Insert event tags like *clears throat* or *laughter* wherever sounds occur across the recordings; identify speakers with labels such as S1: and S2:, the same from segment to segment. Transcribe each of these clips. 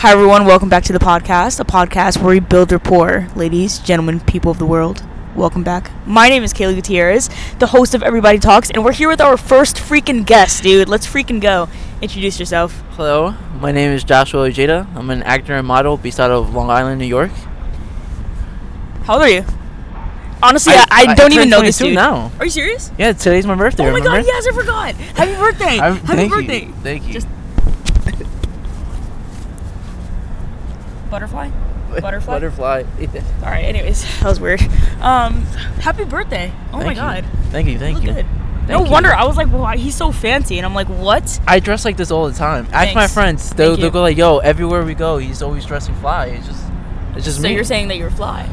S1: Hi, everyone. Welcome back to the podcast, a podcast where we build rapport. Ladies, gentlemen, people of the world, welcome back. My name is Kaylee Gutierrez, the host of Everybody Talks, and we're here with our first freaking guest, dude. Let's freaking go. Introduce yourself.
S2: Hello, my name is Joshua Ojeda. I'm an actor and model based out of Long Island, New York.
S1: How old are you? Honestly, I,
S2: I-
S1: I,
S2: I
S1: don't even
S2: turned
S1: know this
S2: 22
S1: dude.
S2: now.
S1: Are you serious?
S2: Yeah, today's my birthday.
S1: oh my
S2: remember?
S1: god, yes, I forgot. Happy birthday.
S2: I'm-
S1: Happy
S2: thank
S1: birthday.
S2: You. Thank you. *laughs*
S1: Just- Butterfly? Butterfly? Oh
S2: Butterfly. *laughs*
S1: All right, anyways, that was weird. Um, happy birthday. Oh my
S2: Thank you.
S1: god.
S2: Thank you. Thank
S1: look
S2: you.
S1: good. no
S2: Thank you.
S1: wonder I was like, "Why he's so fancy?" And I'm like, "What?"
S2: I dress like this all the time. Ask my
S1: Thanks.
S2: friends. They'll,
S1: Thank you.
S2: they'll go like, "Yo, everywhere we go, he's always dressing fly." It's just, it's just
S1: So
S2: me.
S1: you're saying that you're fly?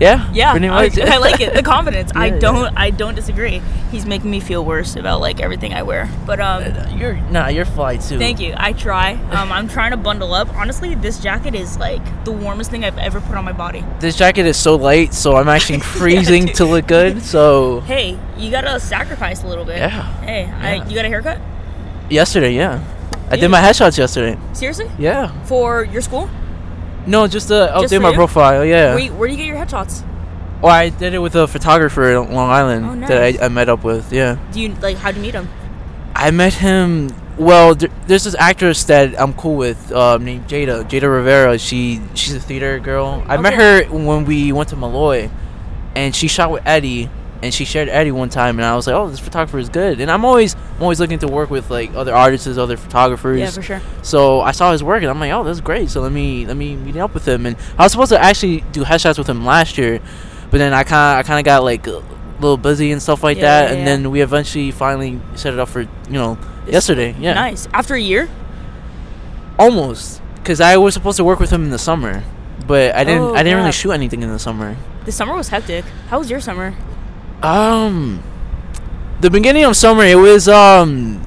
S2: yeah,
S1: Yeah,
S2: pretty
S1: I- *laughs*
S2: much.
S1: I, like it. The confidence. I
S2: Yeah, yeah.
S1: don't. I don't disagree. He's making me feel worse about like everything I wear. But um,
S2: *laughs* You're nah, you're fly too.
S1: thank you. I try. Um, I'm trying to bundle up. Honestly, this jacket is like the warmest thing I've ever put on my body.
S2: This jacket is so light, so I'm
S1: *laughs*
S2: actually
S1: Yeah,
S2: freezing
S1: dude.
S2: to look good. So
S1: Hey, you gotta sacrifice a little bit.
S2: Yeah.
S1: Hey,
S2: Yeah.
S1: I, you got a haircut?
S2: yesterday, yeah, I
S1: Dude.
S2: did my headshots yesterday.
S1: Seriously?
S2: Yeah.
S1: For your school?
S2: No, just to
S1: Just
S2: update
S1: for
S2: my
S1: you?
S2: profile. Yeah.
S1: Wait, where do you get your headshots?
S2: Well, I did it with a photographer in Long Island
S1: Oh, nice.
S2: that I, I met up with. Yeah,
S1: Do you like? How'd you meet him?
S2: I met him. Well, th- there's this actress that I'm cool with um, named Jada. Jada Rivera. She she's a theater girl. I met her when we went to Malloy, and she shot with Eddie, and she shared Eddie one time, and I was like, oh, this photographer is good. And I'm always I'm always looking to work with like other artists, other photographers.
S1: Yeah, for sure.
S2: So I saw his work and I'm like, oh, that's great. So let me let me meet up with him. And I was supposed to actually do headshots with him last year, but then I kind of I kind of got like a little busy and stuff like
S1: Yeah,
S2: that.
S1: yeah,
S2: and
S1: yeah.
S2: then we eventually finally set it up for you know yesterday. Yeah,
S1: Nice. After a year?
S2: almost because I was supposed to work with him in the summer, but I didn't
S1: Oh,
S2: I didn't
S1: yeah.
S2: really shoot anything in the summer.
S1: The summer was hectic. How was your summer?
S2: Um, the beginning of summer it was um.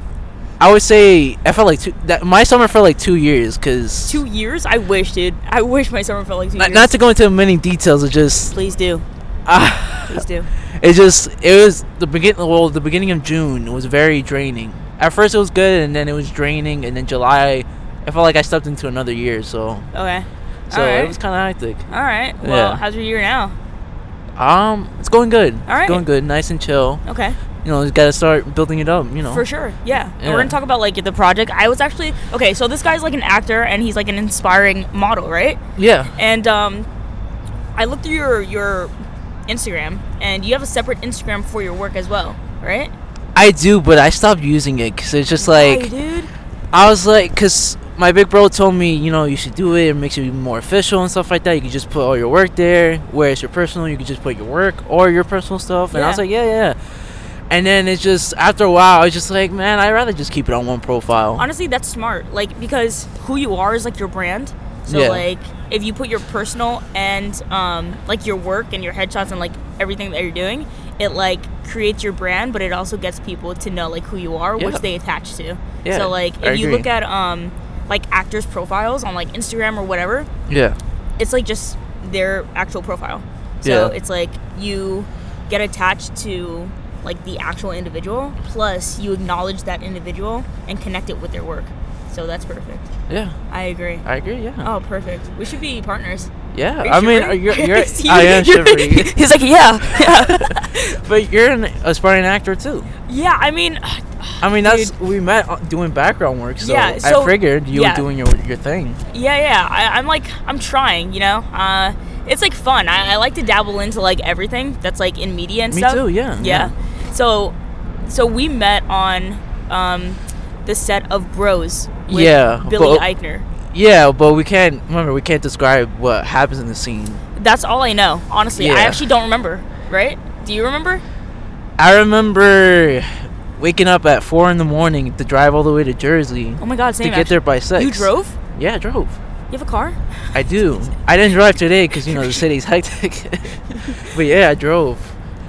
S2: I would say I felt like two, that my summer felt like two years because
S1: Two years? I wish, dude. I wish my summer felt like two
S2: not,
S1: years.
S2: not to go into many details. It just
S1: Please do.
S2: ah,
S1: Please do.
S2: *laughs* it just it was the begin well the beginning of June was very draining. At first it was good and then it was draining and then July I felt like I stepped into another year so
S1: Okay.
S2: so
S1: All right.
S2: it was kind of hectic.
S1: All right. Well,
S2: Yeah.
S1: how's your year now?
S2: Um, it's going good.
S1: All right.
S2: It's going good, nice and chill.
S1: Okay.
S2: You know, you gotta start building it up. You know.
S1: For sure. Yeah. And we're
S2: Yeah.
S1: gonna talk about like the project. I was actually okay. So this guy's like an actor, and he's like an inspiring model, right?
S2: Yeah.
S1: And um, I looked through your your Instagram, and you have a separate Instagram for your work as well, right?
S2: I do, but I stopped using it because it's just like
S1: Why, dude.
S2: I was like, cause my big bro told me, you know, you should do it. It makes you more official and stuff like that. You can just put all your work there. Whereas your personal, you can just put your work or your personal stuff. And I was
S1: Yeah.
S2: like, yeah, yeah. And then it's just after a while, I was just like, man, I'd rather just keep it on one profile.
S1: honestly that's smart like because who you are is like your brand so
S2: Yeah.
S1: like if you put your personal and um, like your work and your headshots and like everything that you're doing it like creates your brand but it also gets people to know like who you are
S2: Yeah.
S1: which they attach to
S2: Yeah,
S1: so like if
S2: I
S1: you
S2: agree.
S1: look at um like actors profiles on like instagram or whatever
S2: yeah,
S1: it's like just their actual profile. So
S2: Yeah.
S1: it's like you get attached to like the actual individual, plus you acknowledge that individual and connect it with their work. So that's perfect.
S2: yeah,
S1: I agree.
S2: I agree. Yeah,
S1: Oh, perfect. We should be partners.
S2: yeah.
S1: Are you
S2: I mean, uh,
S1: *laughs* shivering?
S2: you're, you're
S1: See,
S2: I am
S1: you're-
S2: shivering,
S1: *laughs* He's like, yeah,
S2: *laughs*
S1: yeah,
S2: but you're an aspiring actor too.
S1: yeah. I mean,
S2: I mean, that's we met uh, doing background work, so,
S1: Yeah, so-
S2: I figured you
S1: yeah.
S2: were doing your your thing.
S1: yeah, yeah. I, I'm like, I'm trying. You know, uh, it's like fun. I, I like to dabble into like everything that's like in media and
S2: Me
S1: stuff.
S2: too. Yeah.
S1: Yeah. So, so we met on um, the set of Bros. With
S2: Yeah,
S1: Billy
S2: but-
S1: Eichner.
S2: Yeah, but we can't remember. We can't describe what happens in the scene.
S1: That's all I know. Honestly, I
S2: Yeah.
S1: actually don't remember. Right? Do you remember?
S2: I remember waking up at four in the morning to drive all the way to Jersey
S1: Oh my God,
S2: to
S1: same.
S2: get there by six.
S1: actually. You drove?
S2: Yeah, I drove.
S1: You have a car?
S2: I do. I didn't drive today because you know the city's
S1: *laughs*
S2: hectic. *laughs* but yeah, I drove.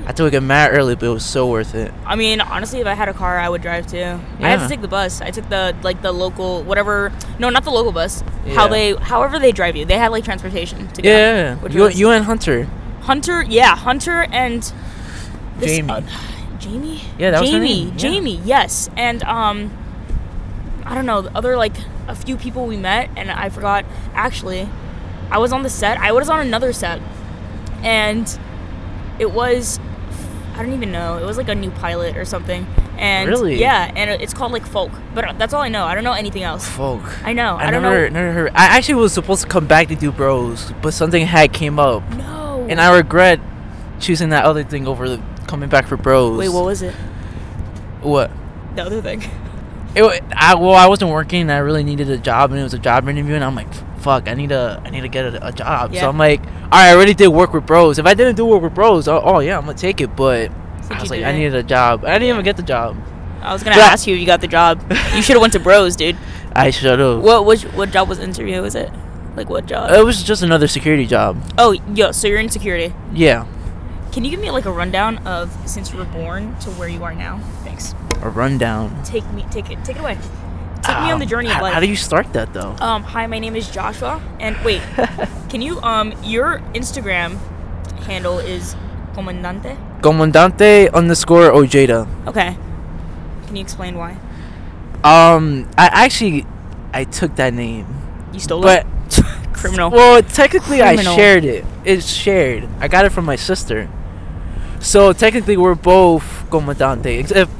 S2: I took it mad early, but it was so worth it.
S1: I mean, honestly, if I had a car, I would drive too. I had to
S2: Yeah.
S1: take the bus. I took the like the local whatever. No, not the local bus. How
S2: Yeah.
S1: they, however they drive you, they had like transportation to go.
S2: Yeah,
S1: Which
S2: you,
S1: was-
S2: you and Hunter,
S1: Hunter, yeah, Hunter and
S2: Jamie.
S1: oth- Jamie.
S2: Yeah, that was her
S1: Jamie.
S2: name, yeah.
S1: Jamie, yes, and um, I don't know the other like a few people we met, and I forgot. Actually, I was on the set. I was on another set, and it was I don't even know. It was like a new pilot or something. And
S2: Really?
S1: yeah, and it's called like folk. But that's all I know. I don't know anything else. *laughs*
S2: Folk.
S1: I know. I, don't
S2: never, never heard. I actually was supposed to come back to do Bros, but something had came up,
S1: know. No.
S2: and I regret choosing that other thing over the, coming back for Bros.
S1: wait. What was it?
S2: What?
S1: The other thing. *laughs*
S2: It, wa- I, well, I wasn't working. and I really needed a job, and it was a job interview, and I'm like, fuck, I need a, I need to get a, a job.
S1: Yeah.
S2: So I'm like, all right, I already did work with Bros. If I didn't do work with Bros, oh, oh yeah, I'm gonna take it. But
S1: Since
S2: I
S1: you
S2: was like, I
S1: didn't.
S2: needed a job. I didn't even get the job.
S1: I
S2: *laughs*
S1: was gonna
S2: Yeah.
S1: ask you if you got the job. You should have went to Bros, dude.
S2: I should have.
S1: What which, what job was the interview? Was it like what job?
S2: It was just another security job.
S1: oh, yo. So you're in security.
S2: Yeah.
S1: Can you give me like a rundown of since you were born to where you are now? Thanks.
S2: A rundown.
S1: Take me. Take it. Take it away. Take me
S2: Um,
S1: on the journey
S2: h-
S1: of
S2: How,
S1: life.
S2: do you start that though?
S1: Um, hi, my name is Joshua, and
S2: *laughs*
S1: wait, can you um your Instagram handle is Comandante?
S2: Comandante underscore Ojeda.
S1: Okay. Can you explain why
S2: Um, I actually, I took that name,
S1: you stole
S2: but
S1: it? *laughs* Criminal.
S2: well, technically
S1: Criminal.
S2: I shared it. It's shared. I got it from my sister. So technically we're both Comandante. Except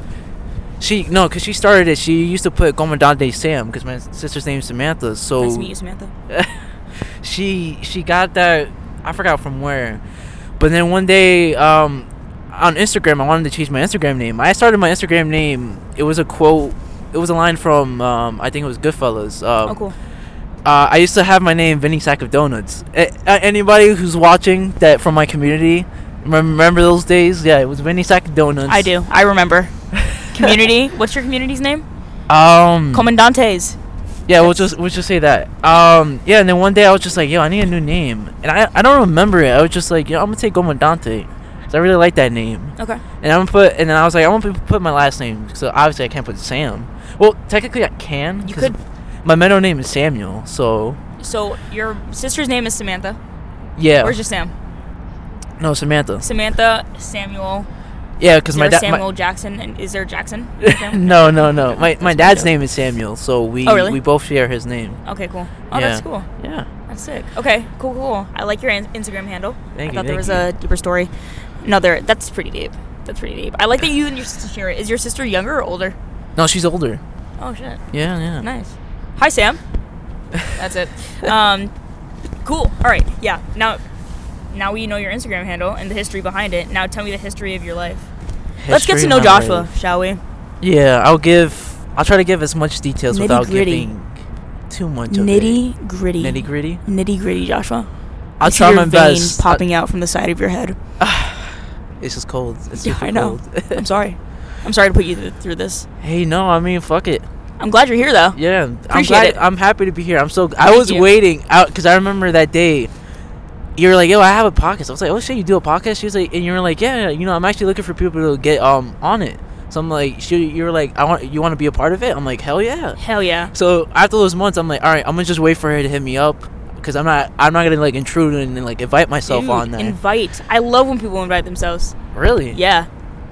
S2: she no, cause she started it. She used to put Comandante Sam, cause my sister's name is Samantha. So
S1: nice to meet you, Samantha.
S2: she she got that I forgot from where, but then one day um, on Instagram I wanted to change my Instagram name. I started my Instagram name. It was a quote. It was a line from um, I think it was Goodfellas. Um,
S1: Oh, cool.
S2: uh, I used to have my name Vinny Sack of Donuts. A- a- anybody who's watching that from my community, remem- remember those days? Yeah, it was Vinny Sack of Donuts.
S1: I do. I
S2: *laughs*
S1: remember. Community. What's your community's name?
S2: Um,
S1: Comandantes.
S2: Yeah, we'll just we'll just say that. Um, yeah, and then one day I was just like, yo, I need a new name, and I I don't remember it. I was just like, yo, I'm gonna take Gomandante, cause I really like that name,
S1: Okay.
S2: and I'm gonna put, and then I was like, I'm gonna put my last name, so obviously I can't put Sam. Well, technically I can.
S1: You
S2: 'cause
S1: could.
S2: My middle name is Samuel, so
S1: So your sister's name is Samantha.
S2: yeah.
S1: Where's your Sam?
S2: no, Samantha.
S1: Samantha Samuel.
S2: Yeah, cause
S1: Is
S2: my
S1: there a
S2: dad.
S1: Samuel Jackson? And is there a
S2: *laughs*
S1: Jackson?
S2: no, no, no. My my
S1: That's
S2: dad's
S1: dope.
S2: name is Samuel, so we
S1: Oh, really?
S2: we both share his name.
S1: Okay. Cool. Oh,
S2: yeah.
S1: that's cool.
S2: Yeah.
S1: That's sick. Okay, cool, cool. I like your in- Instagram handle.
S2: Thank
S1: I
S2: you,
S1: thought there was
S2: thank you.
S1: a deeper story. Another. That's pretty deep. That's pretty deep. I like that you and your sister share it. Is your sister younger or older?
S2: No, she's older.
S1: Oh shit.
S2: Yeah, yeah.
S1: Nice. Hi, Sam. That's
S2: *laughs*
S1: it. Um, cool. All right. Yeah. Now, now we know your Instagram handle and the history behind it. Now tell me the history of your life. Let's get
S2: History
S1: to know
S2: of my
S1: Joshua,
S2: life.
S1: shall we?
S2: Yeah, I'll give. I'll try to give as much details without
S1: Nitty-gritty.
S2: giving too much of
S1: Nitty gritty.
S2: it. Nitty gritty.
S1: Nitty gritty, Joshua.
S2: I'll
S1: Picture
S2: try
S1: your
S2: my
S1: vein
S2: best. I-
S1: popping out from the side of your head.
S2: it's just cold. It's
S1: Yeah,
S2: super
S1: I know.
S2: cold. *laughs*
S1: I'm sorry. I'm sorry to put you th- through this.
S2: hey, no, I mean, fuck it.
S1: I'm glad you're here though.
S2: Yeah, I'm
S1: Appreciate
S2: glad.
S1: it.
S2: I'm happy to be here. I'm so. I
S1: Thank
S2: was
S1: you.
S2: waiting out because I remember that day. You were like, "Yo, I have a podcast." I was like, "Oh shit, you do a podcast?" She was like, and you were like, "Yeah, you know, I'm actually looking for people to get um on it." So I'm like, "She," you were like, "I want you want to be a part of it." I'm like, "Hell yeah!"
S1: Hell yeah.
S2: So after those months, I'm like, all right, I'm gonna just wait for her to hit me up because I'm not, I'm not gonna like intrude and, like invite myself
S1: Dude,
S2: on that.
S1: Invite. I love when people invite themselves.
S2: really?
S1: Yeah.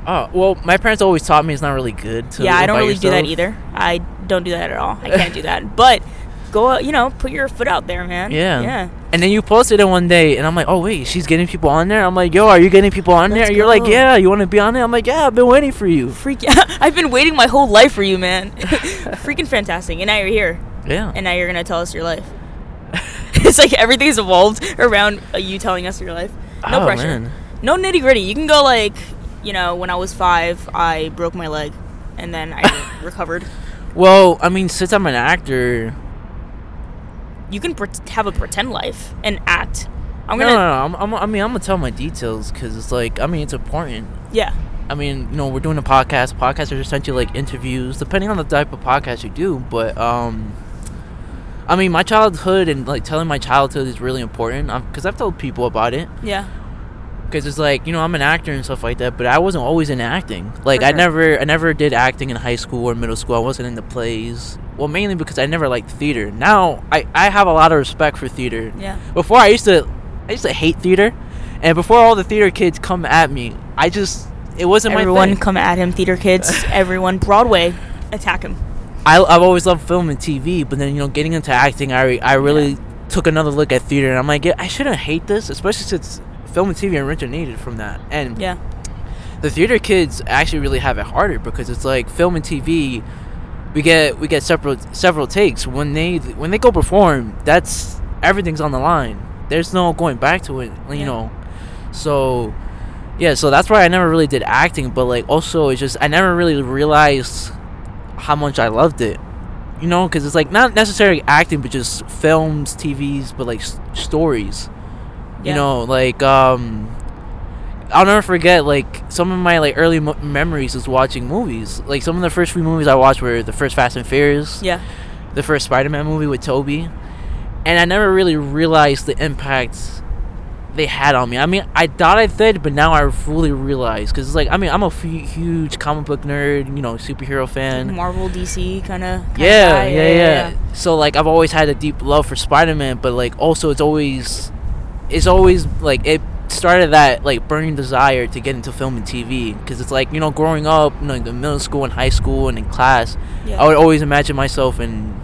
S2: Oh well, my parents always taught me it's not really good to.
S1: yeah, I don't
S2: invite
S1: really do that
S2: yourself.
S1: either. I don't do that at all. I can't do
S2: *laughs*
S1: that. But go, out, you know, put your foot out there, man.
S2: Yeah.
S1: Yeah.
S2: And then you posted it one day, and I'm like, oh wait, she's getting people on there. I'm like, yo, are you getting people on there?
S1: Let's
S2: And you're like,
S1: go.
S2: yeah, you want to be on it? I'm like, yeah, I've been waiting for you.
S1: Freak. *laughs* I've been waiting my whole life for you, man. *laughs* Freaking fantastic. And now you're here.
S2: Yeah.
S1: And now you're going to tell us your life. *laughs* it's like everything's evolved around uh, you telling us your life. No
S2: Oh,
S1: pressure.
S2: man.
S1: No nitty gritty. You can go like, you know, when I was five, I broke my leg and then
S2: *laughs*
S1: I recovered.
S2: Well, I mean, since I'm an actor,
S1: You can pret have a pretend life and act. I'm
S2: no,
S1: gonna.
S2: no, no, I'm, I'm, I mean, I'm gonna tell my details because it's like, I mean, it's important.
S1: Yeah.
S2: I mean, you know, we're doing a podcast. Podcasts are essentially like interviews, depending on the type of podcast you do. But um, I mean, my childhood and like telling my childhood is really important because I've told people about it.
S1: Yeah.
S2: Because it's like you know, I'm an actor and stuff like that, but I wasn't always in acting. Like
S1: For
S2: I
S1: sure.
S2: never, I never did acting in high school or middle school. I wasn't into plays. Well, mainly because I never liked theater. Now I, I have a lot of respect for theater
S1: Yeah.
S2: before I used to I used to hate theater, and before all the theater kids come at me, I just it wasn't
S1: Everyone
S2: my thing. *laughs*
S1: come at him, theater kids. Everyone, Broadway, attack him.
S2: I I've always loved film and TV, but then you know getting into acting, I re- I really took another look at theater, and I'm like, yeah, I shouldn't hate this, especially since film and TV are originated from that. And
S1: Yeah.
S2: the theater kids actually really have it harder because it's like film and TV. We get we get several several takes when they when they go perform. That's everything's on the line. There's no going back to it. You
S1: Yeah.
S2: know, so yeah. So that's why I never really did acting, but like also it's just I never really realized how much I loved it. You know, because it's like not necessarily acting, but just films, TVs, but like s- stories.
S1: Yeah.
S2: You know, like um, I'll never forget like some of my like early mo- memories is watching movies. Like some of the first few movies I watched were the first Fast and Furious,
S1: Yeah.
S2: the first Spider-Man movie with Toby, and I never really realized the impact they had on me. I mean, I thought I did, but now I fully realize because it's like I mean I'm a f- huge comic book nerd, you know, superhero fan.
S1: Marvel, DC kind of.
S2: Yeah, yeah, yeah, So like I've always had a deep love for Spider-Man, but like also it's always it's always like it started that like burning desire to get into film and TV because it's like, you know, growing up, you know, in the middle school and high school and in class,
S1: Yeah.
S2: I would always imagine myself in,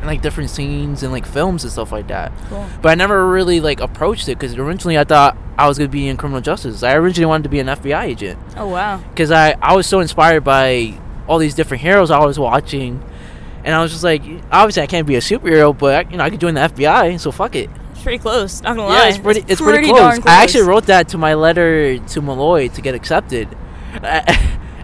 S2: in like different scenes and like films and stuff like that.
S1: Cool.
S2: But I never really like approached it because originally I thought I was going to be in criminal justice. I originally wanted to be an FBI agent
S1: Oh wow.
S2: because I, I was so inspired by all these different heroes I was watching, and I was just like, obviously I can't be a superhero, but I, you know I could join the FBI, so fuck it.
S1: It's pretty close. Not gonna lie.
S2: Yeah, it's pretty, it's pretty, close.
S1: darn
S2: I actually wrote that to my letter to Malloy to get accepted. *laughs*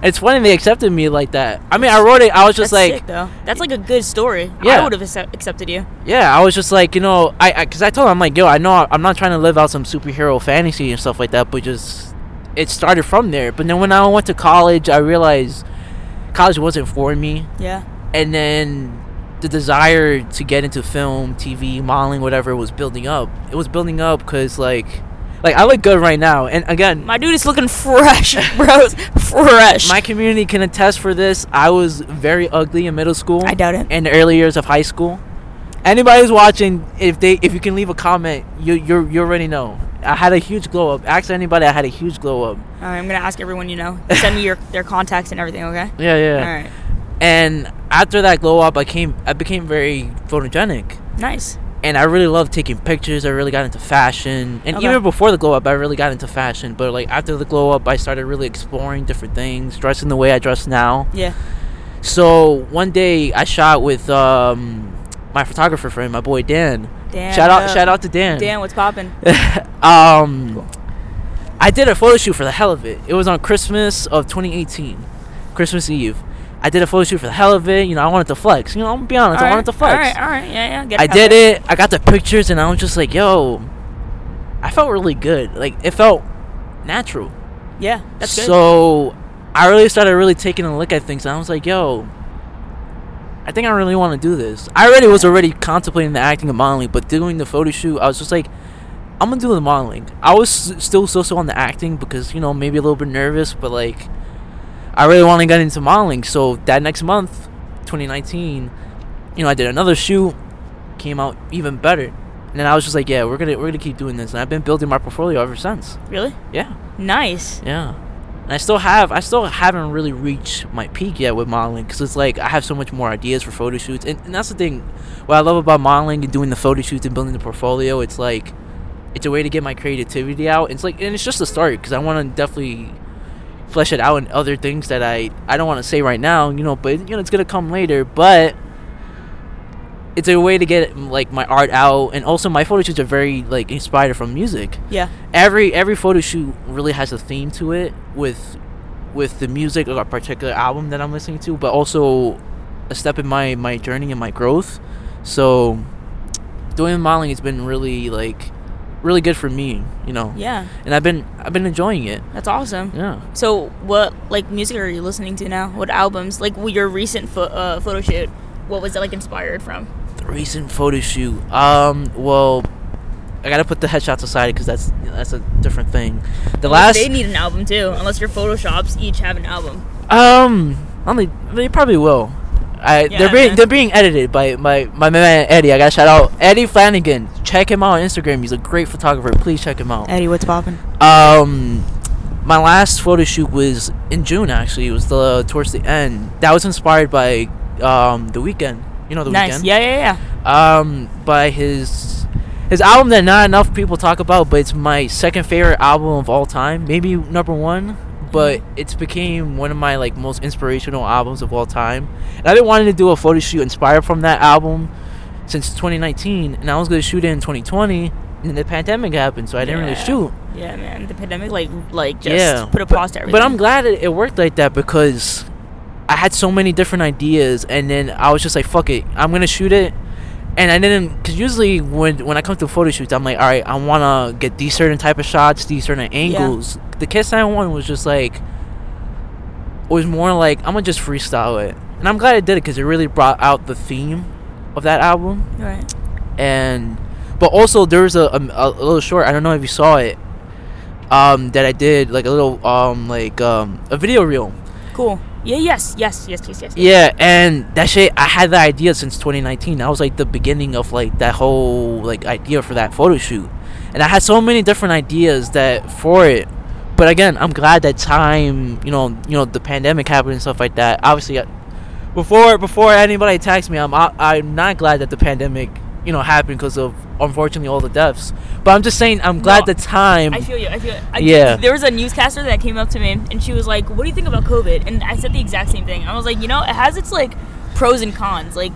S2: it's funny they accepted me like that. I mean, I wrote it. I was just
S1: That's
S2: like,
S1: sick, though. That's like a good story. I
S2: Yeah.
S1: would have accept- accepted you.
S2: yeah, I was just like, you know, I, I, cause I told him, I'm like, yo, I know I- I'm not trying to live out some superhero fantasy and stuff like that, but just, it started from there. But then when I went to college, I realized college wasn't for me.
S1: Yeah.
S2: and then the desire to get into film, TV, modeling, whatever was building up. It was building up because like, like I look good right now, and again,
S1: My dude is looking fresh, *laughs* bros. Fresh.
S2: my community can attest for this. I was very ugly in middle school.
S1: I doubt it.
S2: And the early years of high school. Anybody who's watching, if they if you can leave a comment, you you you already know. I had a huge glow up. Ask anybody, I had a huge glow up.
S1: All right, I'm gonna ask everyone you know. Send me your their contacts and everything, okay?
S2: Yeah, yeah.
S1: All right.
S2: And after that glow up, I came I became very photogenic.
S1: Nice.
S2: and I really love taking pictures. I really got into fashion, and
S1: Okay.
S2: even before the glow up, I really got into fashion. But like after the glow up, I started really exploring different things, dressing the way I dress now.
S1: Yeah.
S2: So one day, I shot with um, my photographer friend, my boy Dan.
S1: Damn.
S2: shout out,
S1: yeah.
S2: shout out to Dan.
S1: Dan, what's poppin'?
S2: um, I did a photo shoot for the hell of it. It was on Christmas of 2018, Christmas Eve. I did a photo shoot for the hell of it. You know, I wanted to flex. You know, I'm gonna be honest, I wanted to flex.
S1: All right, all right, yeah, yeah. Get
S2: I
S1: out
S2: did
S1: there.
S2: it. I got the pictures, and I was just like, "Yo, I felt really good. Like it felt natural."
S1: Yeah, that's good.
S2: So I really started really taking a look at things, and I was like, "Yo, I think I really want to do this." I already was already contemplating the acting and modeling, but doing the photo shoot, I was just like, "I'm gonna do the modeling." I was s- still so so on the acting because you know maybe a little bit nervous, but like I really want to get into modeling. So that next month, 2019, you know, I did another shoot, came out even better. And then I was just like, yeah, we're gonna we're gonna keep doing this, and I've been building my portfolio ever since.
S1: really
S2: Yeah.
S1: nice.
S2: Yeah. And I still have, I still haven't really reached my peak yet with modeling because it's like I have so much more ideas for photo shoots. And, and that's the thing, what I love about modeling and doing the photo shoots and building the portfolio, it's like, it's a way to get my creativity out. It's like, and it's just a start because I want to definitely flesh it out in other things that I, I don't want to say right now, you know, but, you know, it's going to come later. But it's a way to get like my art out. And also, my photo shoots are very like inspired from music
S1: Yeah,
S2: every every photo shoot really has a theme to it with with the music of a particular album that I'm listening to, but also a step in my my journey and my growth. So doing modeling has been really like really good for me, you know.
S1: yeah,
S2: And I've been I've been enjoying it.
S1: that's awesome.
S2: Yeah.
S1: So, what like music are you listening to now? What albums? Like w- your recent pho- uh, photo shoot, what was it like inspired from?
S2: The recent photo shoot. Um well I gotta put the headshots aside because that's that's a different thing. The last
S1: they need an album too, unless your photoshops each have an album.
S2: Um, only they probably will. I
S1: Yeah,
S2: they're being
S1: man.
S2: they're being edited by my my man Eddie. I gotta shout out Eddie Flanagan. Check him out on Instagram. He's a great photographer. Please check him out.
S1: Eddie, what's poppin'?
S2: Um, my last photo shoot was in June. Actually, it was the towards the end. That was inspired by um the weekend. You know the
S1: nice.
S2: weekend.
S1: Yeah, yeah, yeah.
S2: um by his his album that not enough people talk about but it's my second favorite album of all time maybe number one but it's became one of my like most inspirational albums of all time and i've been wanting to do a photo shoot inspired from that album since 2019 and i was going to shoot it in 2020 and then the pandemic happened so i didn't really
S1: Yeah.
S2: shoot
S1: Yeah, man. The pandemic, like, like just
S2: yeah
S1: put a
S2: but-
S1: pause to everything.
S2: but i'm glad it, it worked like that because i had so many different ideas and then i was just like fuck it i'm gonna shoot it and i didn't because usually when when i come to photo shoots i'm like all right i want to get these certain type of shots these certain angles the kiss i one was just like was more like i'm gonna just freestyle it and i'm glad i did it because it really brought out the theme of that album
S1: Right.
S2: and but also there was a, a, a little short i don't know if you saw it um that i did like a little um like um a video reel
S1: Cool. Yeah. Yes. Yes. Yes. Yes. Yes. yes.
S2: yeah and that shit i had the idea since 2019 that was like the beginning of like that whole like idea for that photo shoot and i had so many different ideas that for it but again i'm glad that time you know you know the pandemic happened and stuff like that obviously I, before before anybody attacks me i'm I, i'm not glad that the pandemic you know happened because of unfortunately all the deaths but i'm just saying i'm glad
S1: No,
S2: the time
S1: I feel you. I feel. I,
S2: Yeah.
S1: There was a newscaster that came up to me and she was like, "What do you think about COVID?" And I said the exact same thing. I was like, "You know, it has its like pros and cons. Like,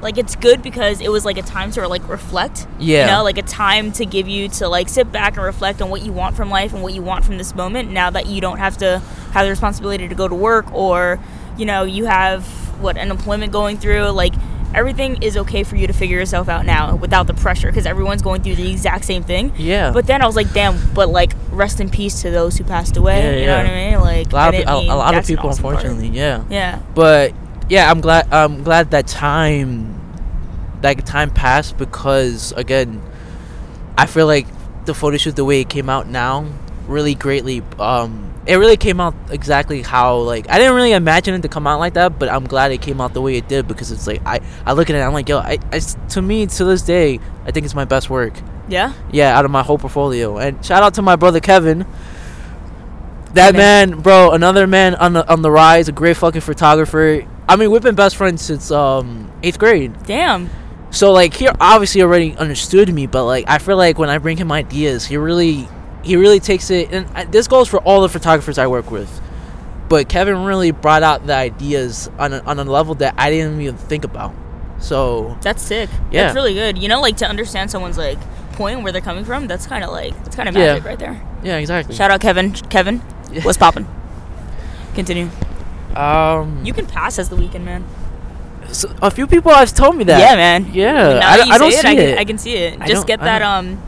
S1: like it's good because it was like a time to like reflect.
S2: Yeah.
S1: You know, like a time to give you to like sit back and reflect on what you want from life and what you want from this moment. Now that you don't have to have the responsibility to go to work or, you know, you have what unemployment going through like. Everything is okay for you to figure yourself out now without the pressure because everyone's going through the exact same thing.
S2: yeah
S1: But then I was like, damn, but like, rest in peace to those who passed away.
S2: Yeah,
S1: you
S2: yeah.
S1: know what I mean? Like,
S2: a lot
S1: I
S2: of,
S1: didn't
S2: a,
S1: mean
S2: a lot of
S1: that's an
S2: people
S1: awesome part.
S2: unfortunately yeah
S1: Yeah.
S2: but yeah i'm glad i'm glad that time that time passed because again i feel like the photo shoot the way it came out now really greatly um it really came out exactly how like i didn't really imagine it to come out like that but i'm glad it came out the way it did because it's like i i look at it i'm like yo i, I s- to me to this day i think it's my best work
S1: Yeah.
S2: yeah, out of my whole portfolio. And shout out to my brother Kevin. That
S1: Hey,
S2: man, bro, another man on the on the rise, a great fucking photographer. I mean, we've been best friends since um eighth grade.
S1: Damn.
S2: So like he obviously already understood me, but like I feel like when I bring him ideas, he really he really takes it and I, this goes for all the photographers I work with. But Kevin really brought out the ideas on a, on a level that I didn't even think about. So,
S1: That's sick.
S2: Yeah.
S1: That's really good. You know, like, to understand someone's like point and where they're coming from, that's kind of like, that's kind of
S2: Yeah.
S1: magic right there.
S2: yeah, exactly.
S1: Shout out Kevin. Kevin, what's poppin'? Continue.
S2: um
S1: You can pass as the weekend, man.
S2: So a few people have told me that.
S1: Yeah, man.
S2: Yeah,
S1: Now
S2: I,
S1: that
S2: don't-
S1: you
S2: I don't
S1: say
S2: see
S1: I
S2: it.
S1: Can, I can see it.
S2: I
S1: Just
S2: don't-
S1: get
S2: I
S1: that,
S2: don't-
S1: um,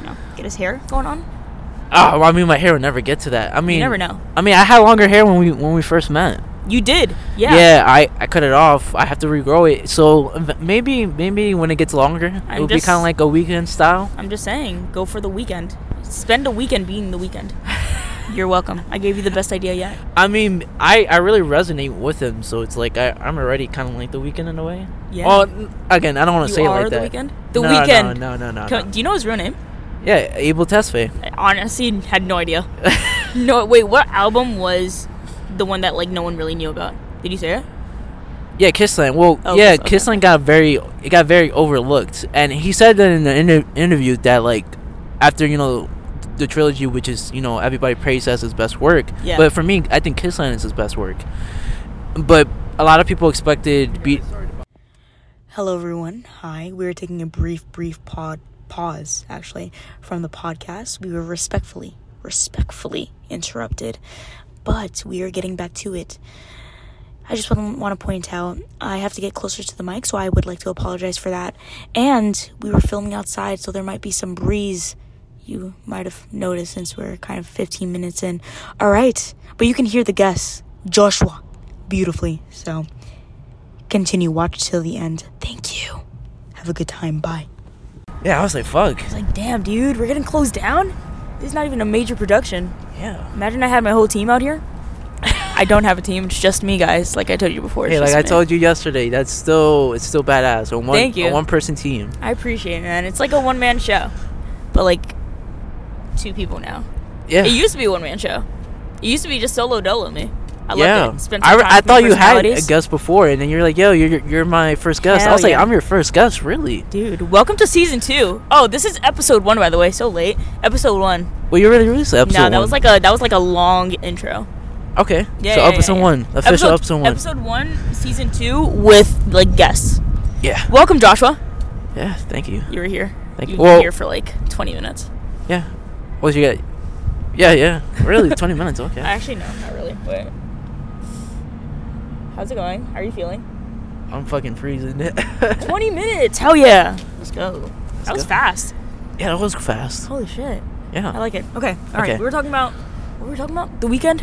S1: you know, get his hair going on.
S2: Oh, well, I mean, my hair would never get to that. I mean,
S1: You never know.
S2: I mean, I had longer hair when we when we first met.
S1: You did. Yeah.
S2: I, I cut it off. I have to regrow it. So ev- maybe maybe when it gets longer,
S1: I'm
S2: it'll be
S1: just-
S2: kind of like a weekend style.
S1: I'm just saying, go for the weekend. Spend a weekend being the
S2: *laughs*
S1: weekend. You're welcome. I gave you the best idea yet.
S2: I mean, I, I really resonate with him. So it's like I I'm already kind of like the weekend in a way.
S1: Yeah.
S2: Well, n- again, Oh, I don't want
S1: you
S2: to say it
S1: are
S2: like
S1: the
S2: that.
S1: weekend. The
S2: No,
S1: weekend.
S2: No, no, no, no.
S1: Can-
S2: no.
S1: do you know his real name?
S2: Yeah, Abel Tesfaye.
S1: I honestly had no
S2: *laughs*
S1: idea. no, wait. What album was the one that like no one really knew about? Did you say it?
S2: Yeah, Kissland. Well,
S1: Oh,
S2: yeah,
S1: Kiss- okay.
S2: Kissland got very it got very overlooked, and he said that in the inter- interview that like after you know the trilogy, which is you know everybody praised as his best work.
S1: Yeah.
S2: But for me, I think Kissland is his best work. But a lot of people expected be
S1: Hello, everyone. Hi. We are taking a brief, brief pod pause, actually, from the podcast. We were respectfully, respectfully interrupted, but we are getting back to it. I just want, want to point out I have to get closer to the mic, so I would like to apologize for that. And we were filming outside, so there might be some breeze. You might have noticed since we're kind of 15 minutes in. All right, but you can hear the guest, Joshua, beautifully. So continue, watch till the end. Thank you. Have a good time. Bye.
S2: yeah, I was like, fuck,
S1: It's like, damn, dude, we're getting closed down. This is not even a major production.
S2: yeah.
S1: Imagine I had my whole team out here. *laughs* I don't have a team. It's just me, guys. Like I told you before. it's
S2: Hey, like
S1: just
S2: I
S1: me.
S2: told you yesterday, that's still it's still badass. On one,
S1: Thank you.
S2: A one person team.
S1: I appreciate it, man. It's like a one man show, but like two people now.
S2: Yeah.
S1: It used to be a one man show. It used to be just solo dolo me. I
S2: yeah,
S1: loved it. Spent some
S2: I,
S1: time
S2: I
S1: with
S2: thought
S1: new
S2: you had a
S1: personalities.
S2: guest before, and then you're like, "Yo, you're you're my first guest." I
S1: Hell
S2: was like,
S1: yeah.
S2: "I'm your first guest, really?"
S1: Dude, welcome to season two. Oh, this is episode one, by the way. So late. Episode one.
S2: Well, you already released episode
S1: nah, that
S2: one.
S1: was like a that was like a long intro.
S2: okay,
S1: Yeah.
S2: so
S1: yeah, yeah,
S2: episode
S1: yeah.
S2: one, official episode, one.
S1: Episode one, season two, with like guests.
S2: yeah,
S1: Welcome, Joshua.
S2: yeah. Thank you.
S1: You were here.
S2: Thank
S1: you.
S2: you.
S1: were
S2: Well-
S1: here for like 20 minutes.
S2: Yeah. What you got? Yeah, yeah.
S1: *laughs*
S2: Really, twenty minutes. Okay.
S1: I Actually, no, not really. But how's it going? How are you feeling?
S2: I'm fucking freezing. *laughs* yeah,
S1: 20 minutes. Hell yeah. Let's go. That was
S2: go.
S1: fast.
S2: that was fast.
S1: Holy shit. I
S2: Yeah.
S1: like it. Okay. All right.
S2: Okay.
S1: We were talking about what were we talking about? The weekend.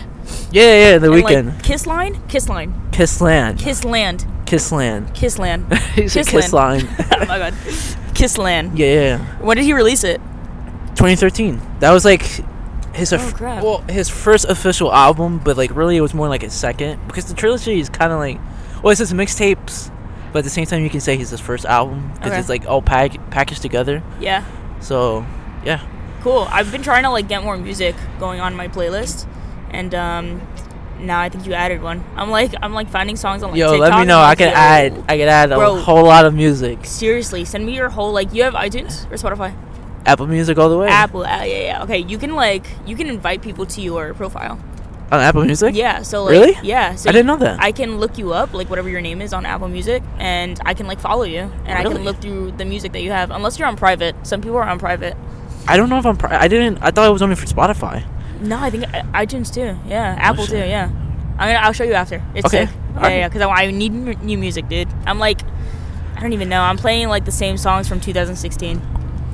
S2: Yeah, yeah. The
S1: And, like,
S2: weekend.
S1: kiss line. Kiss line.
S2: Kiss land.
S1: Kiss land.
S2: Kiss land. *laughs*
S1: Kiss land.
S2: You said
S1: Kiss
S2: Kiss line.
S1: oh *laughs* my god. Kiss land.
S2: Yeah, yeah.
S1: When did he release it?
S2: 2013. That was like his
S1: Oh,
S2: off-
S1: crap.
S2: well, his first official album, but like really it was more like his second because the trilogy is kind of like well, it's his mixtapes, but at the same time you can say he's his first album because
S1: Okay.
S2: it's like all pack- packaged together.
S1: Yeah.
S2: So, yeah.
S1: Cool. I've been trying to like get more music going on my playlist, and um, now I think you added one. I'm like I'm like finding songs on like
S2: Yo,
S1: TikTok.
S2: let me
S1: and
S2: know.
S1: I'm
S2: I
S1: like,
S2: can
S1: yo,
S2: add. I can add a
S1: Bro.
S2: whole lot of music.
S1: Seriously, send me your whole like. You have iTunes or Spotify?
S2: Apple Music all the way.
S1: Apple. Uh, yeah, yeah. Okay, you can like you can invite people to your profile.
S2: On Apple Music.
S1: Yeah. So like,
S2: Really?
S1: Yeah. So
S2: I didn't know that.
S1: I can look you up, like whatever your name is on Apple Music, and I can like follow you, and I can
S2: Really?
S1: look through the music that you have. Unless you're on private, some people are on private.
S2: I don't know if I'm. Pri- I didn't. I thought it was only for Spotify.
S1: No, I think i- iTunes too. Yeah, Apple too.
S2: shit.
S1: Yeah, I'm gonna. I'll show you after. It's
S2: Okay.
S1: sick. Yeah,
S2: Alright.
S1: yeah. Because I, want- I need m- new music, dude. I'm like, I don't even know. I'm playing like the same songs from 2016.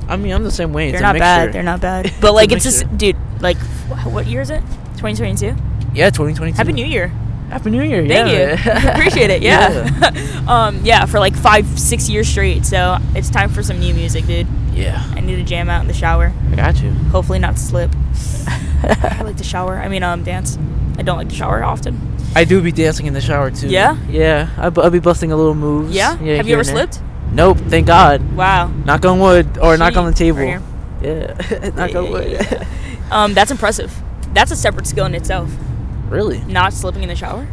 S2: I mean, I'm the same way. It's
S1: They're
S2: a
S1: not bad.
S2: mixture.
S1: They're not bad.
S2: It's
S1: But
S2: a
S1: like, it's just,
S2: mixture.
S1: dude. Like, wh- what year is it? 2022.
S2: Yeah, 2022.
S1: Happy New Year.
S2: Happy New Year.
S1: Thank
S2: yeah.
S1: you. *laughs* Appreciate it. Yeah. *laughs* um. Yeah. For like five, six years straight. So it's time for some new music, dude.
S2: *laughs* yeah.
S1: I need to jam out in the shower.
S2: I got you.
S1: Hopefully not
S2: *laughs*
S1: slip. I like to shower. I mean, um, dance. I don't like to shower often.
S2: I do be dancing in the shower too.
S1: Yeah?
S2: Yeah. I will be busting a little moves.
S1: Yeah? Have you
S2: here
S1: ever
S2: and there.
S1: slipped?
S2: Nope. Thank God.
S1: Wow.
S2: Knock on wood or knock on the
S1: Shit,
S2: table.
S1: right here.
S2: yeah. *laughs* knock
S1: Yeah,
S2: on
S1: yeah,
S2: wood.
S1: yeah. Um, that's impressive. That's a separate skill in itself.
S2: *laughs* really?
S1: Not slipping in the shower.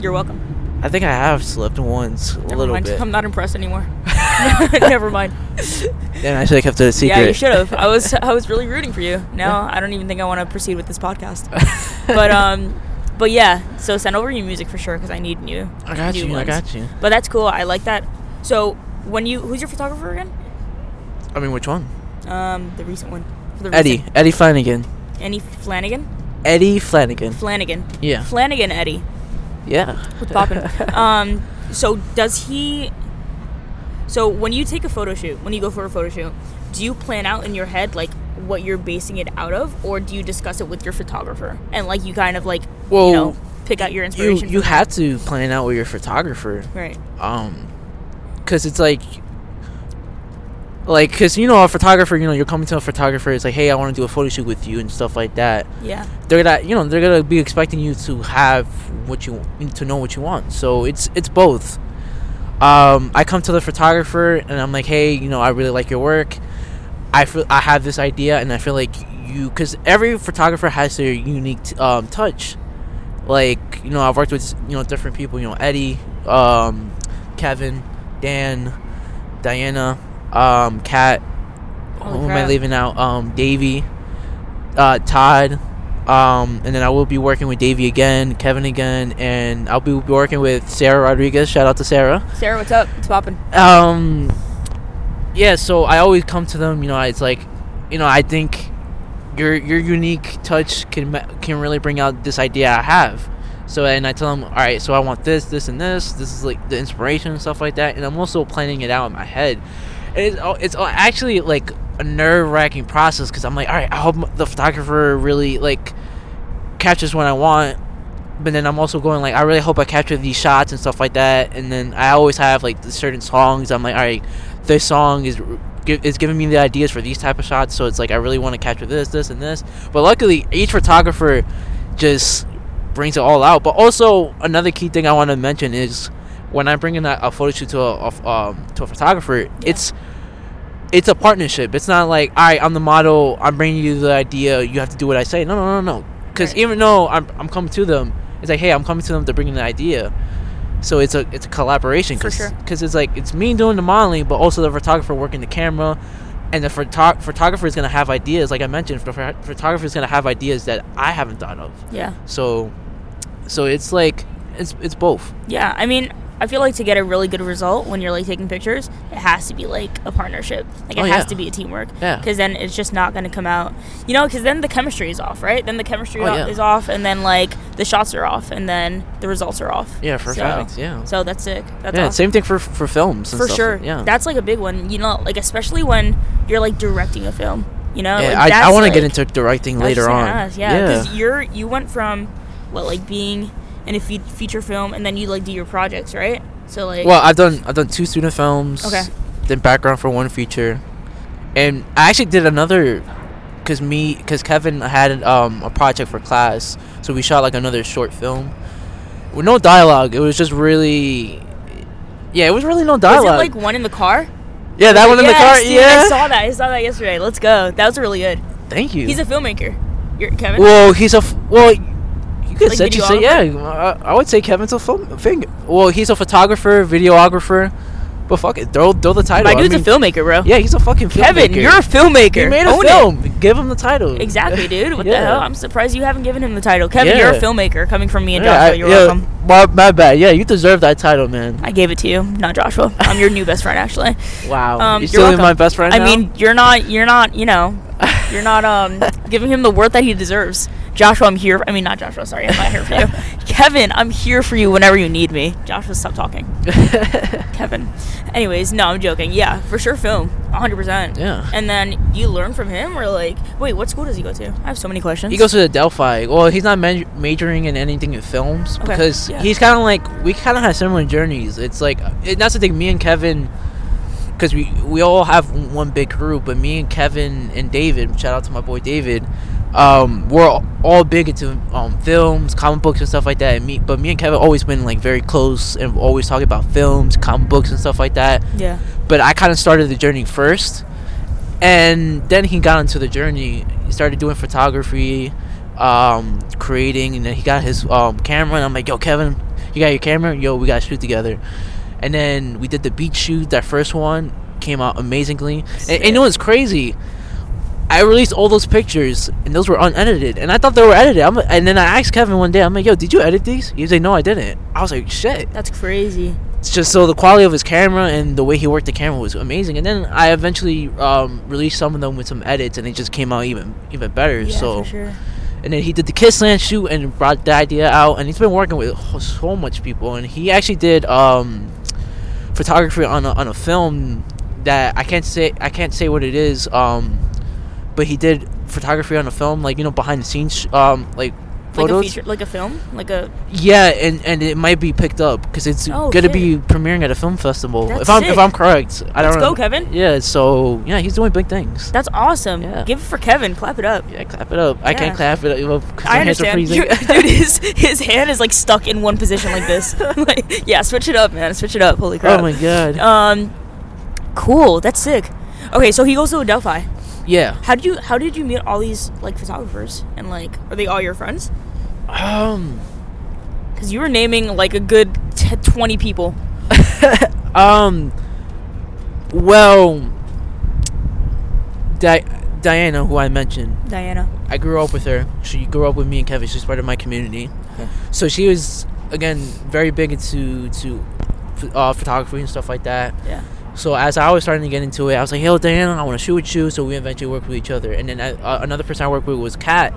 S1: You're welcome.
S2: I think I have slipped once a
S1: Never
S2: little
S1: mind. *laughs*
S2: bit.
S1: I'm not impressed
S2: *laughs*
S1: anymore. Never mind.
S2: Then I should have kept it a secret.
S1: Yeah, you should have. I
S2: *laughs*
S1: was I was really rooting for you. Now I don't even think I want to proceed with this podcast.
S2: *laughs*
S1: But um, but yeah. So send over your music for sure because I need new.
S2: I got
S1: new
S2: you. I
S1: ones.
S2: got you.
S1: But that's cool. I like that. So when you who's your photographer again?
S2: I mean, which one?
S1: Um, the recent one. The recent-
S2: *laughs* Eddie. Eddie Flanagan.
S1: Eddie Flanagan.
S2: Eddie Flanagan.
S1: Flanagan.
S2: Yeah.
S1: Flanagan Eddie.
S2: Yeah.
S1: What's poppin'? um, so does he? So when you take a photo shoot, when you go for a photo shoot, do you plan out in your head like what you're basing it out of, or do you discuss it with your photographer and like you kind of like you
S2: Well,
S1: know pick out your
S2: you
S1: inspiration?
S2: you had to plan out with your photographer.
S1: right.
S2: um because it's like like because you know a photographer you know you're coming to a photographer it's like hey i want to do a photo shoot with you and stuff like that
S1: Yeah.
S2: they're gonna you know they're gonna be expecting you to have what you to know what you want so it's it's both um i come to the photographer and i'm like hey you know i really like your work i feel i have this idea and i feel like you because every photographer has their unique t- um touch like you know i've worked with you know different people you know eddie um kevin dan diana um kat
S1: Holy
S2: who am i
S1: crap.
S2: leaving out um davey uh todd um and then i will be working with davey again kevin again and i'll be working with sarah rodriguez shout out to sarah
S1: Sarah, what's up? It's poppin'.
S2: um yeah so i always come to them you know it's like you know i think your your unique touch can ma- can really bring out this idea i have so and i tell them all right so i want this this and this this is like the inspiration and stuff like that and i'm also planning it out in my head and it's, all- it's all actually like a nerve-wracking process because i'm like all right i hope the photographer really like captures what i want but then I'm also going like I really hope I capture these shots and stuff like that. And then I always have like the certain songs. I'm like, all right, this song is gi- is giving me the ideas for these type of shots. So it's like I really want to capture this, this, and this. But luckily, each photographer just brings it all out. But also another key thing I want to mention is when I bring in a, a photo shoot to a, of um, to a photographer, it's it's a partnership. It's not like, all right, I'm the model. I'm bringing you the idea. You have to do what I say. No, no, no, no. Because
S1: Right.
S2: even though I'm, I'm coming to them, it's like, hey, I'm coming to them to bring an idea. So it's a it's a collaboration
S1: For
S2: because
S1: sure.
S2: it's like it's me doing the modeling, but also the photographer working the camera, and the photo- photographer is gonna have ideas. Like I mentioned, the pho- photographer is gonna have ideas that I haven't thought of.
S1: Yeah.
S2: So, so it's like it's it's both.
S1: Yeah. I mean, I feel like to get a really good result when you're like taking pictures, it has to be like a partnership. Like it
S2: Oh,
S1: has
S2: yeah.
S1: to be a teamwork.
S2: Yeah.
S1: Because then it's just not going to come out, you know. Because then the chemistry is off, right? Then the chemistry
S2: Oh,
S1: o-
S2: yeah.
S1: is off, and then like the shots are off, and then the results are off.
S2: Yeah, for
S1: so,
S2: facts, yeah.
S1: So that's sick. That's
S2: yeah,
S1: awesome.
S2: same thing for for films. And
S1: for
S2: stuff.
S1: sure.
S2: Yeah.
S1: That's like a big one. You know, like especially when you're like directing a film. You know.
S2: yeah,
S1: Like,
S2: I, I
S1: that's,
S2: want to
S1: like-
S2: get into directing
S1: I was just
S2: later on.
S1: gonna ask, Oh, yeah, because you're you went from what like being in a fe- feature film, and then you like do your projects, right? So like,
S2: Well, I've done I've done two student films.
S1: Okay.
S2: Then background for one feature, and I actually did another, cause me cause Kevin had um a project for class, so we shot like another short film, with no dialogue. It was just really, yeah, it was really no
S1: was
S2: dialogue.
S1: it like one in the car?
S2: yeah, that one in
S1: Yes,
S2: the car.
S1: dude, I
S2: yeah.
S1: saw that. I saw that yesterday. Let's go. That was really good.
S2: Thank you.
S1: He's a filmmaker. You're Kevin.
S2: well, he's a f- well. You could
S1: Like
S2: say you say yeah. I, I would say Kevin's a film finger. Well, he's a photographer, videographer, but fuck it, throw throw the title.
S1: My
S2: I
S1: dude's
S2: mean-
S1: a filmmaker, bro.
S2: Yeah, he's a fucking filmmaker.
S1: Kevin, you're a filmmaker.
S2: He made a
S1: Own it.
S2: film. Give him the title.
S1: Exactly, dude. What the
S2: Yeah.
S1: hell? I'm surprised you haven't given him the title. Kevin, you're a
S2: Yeah.
S1: filmmaker. Coming from me and
S2: Yeah, I-
S1: Joshua, you're
S2: yeah,
S1: welcome.
S2: My, my bad. Yeah, you deserve that title, man.
S1: I gave it to you, not Joshua. I'm your new best friend,
S2: *laughs*
S1: actually.
S2: Wow.
S1: Um,
S2: you're
S1: you're
S2: still
S1: welcome.
S2: my best friend
S1: I
S2: now? *laughs*
S1: mean, you're not, you're not, you know, you're not um giving him the worth that he deserves. Joshua, I'm here. I mean, not Joshua. Sorry, I'm not here
S2: *laughs*
S1: for you. Kevin, I'm here for you whenever you need me. Joshua, stop
S2: *laughs*
S1: talking. Kevin. Anyways, no, I'm joking. Yeah, for sure, film, 100. percent
S2: Yeah.
S1: And then you learn from him, or like, wait, what school does he go to? I have so many questions.
S2: he goes to the Delphi. Well, he's not maj- majoring in anything in films
S1: Okay,
S2: because
S1: yeah.
S2: he's kind of like we kind of have similar journeys. It's like and that's the thing. Me and Kevin, because we we all have one big crew, but me and Kevin and David. Shout out to my boy David. Um, we're all- all big into um, films, comic books, and stuff like that. And me, but me and Kevin always been like very close and always talking about films, comic books, and stuff like that
S1: Yeah.
S2: but I kind of started the journey first, and then he got into the journey. He started doing photography, um, creating, and then he got his um, camera. And I'm like, "Yo, Kevin, you got your camera? Yo, we gotta shoot together." And then we did the beach shoot. That first one came out amazingly. And, and you know what's crazy? I released all those pictures, and those were unedited. And I thought they were edited. I'm, and then I asked Kevin one day, I'm like, "Yo, did you edit these?" He was like, "No, I didn't." I was like, "Shit."
S1: That's crazy.
S2: It's just so the quality of his camera and the way he worked the camera was amazing. And then I eventually um, released some of them with some edits, and it just came out even even better.
S1: Yeah,
S2: so,
S1: for sure.
S2: and then he did the Kissland shoot and brought the idea out, and he's been working with ho- so much people. And he actually did um, photography on a, on a film that I can't say I can't say what it is, um, but he did photography on a film like you know behind the scenes sh- um, like
S1: Like a
S2: photos.
S1: feature, like a film, like a
S2: Yeah, and, and it might be picked up because it's
S1: Oh,
S2: gonna
S1: shit.
S2: be premiering at a film festival.
S1: That's
S2: if I'm
S1: sick.
S2: if I'm correct, I
S1: Let's
S2: don't
S1: go,
S2: know.
S1: Kevin.
S2: Yeah, so yeah, he's doing big things.
S1: That's awesome.
S2: Yeah.
S1: Give it for Kevin. Clap it up.
S2: yeah, clap it up. I
S1: Yeah.
S2: can't clap it up because
S1: I
S2: my hands are
S1: understand. *laughs*
S2: freezing.
S1: Your- dude, his, his hand is like stuck in one position like this. *laughs* like, yeah, switch it up, man. Switch it up. Holy crap.
S2: oh my god.
S1: Um, cool. That's sick. Okay, so he goes to Delphi.
S2: yeah.
S1: How did you How did you meet all these like photographers and like are they all your friends?
S2: Um.
S1: Because you were naming like a good t- twenty
S2: *laughs*
S1: people.
S2: Um. Well, Di- Diana, who I mentioned,
S1: Diana.
S2: I grew up with her. She grew up with me and Kevin. She's part of my community. So she was again very big into to uh, photography and stuff like that.
S1: Yeah.
S2: So as I was starting to get into it, I was like, "Yo, Diana, I want to shoot with you." So we eventually worked with each other. And then I, uh, another person I worked with was Kat.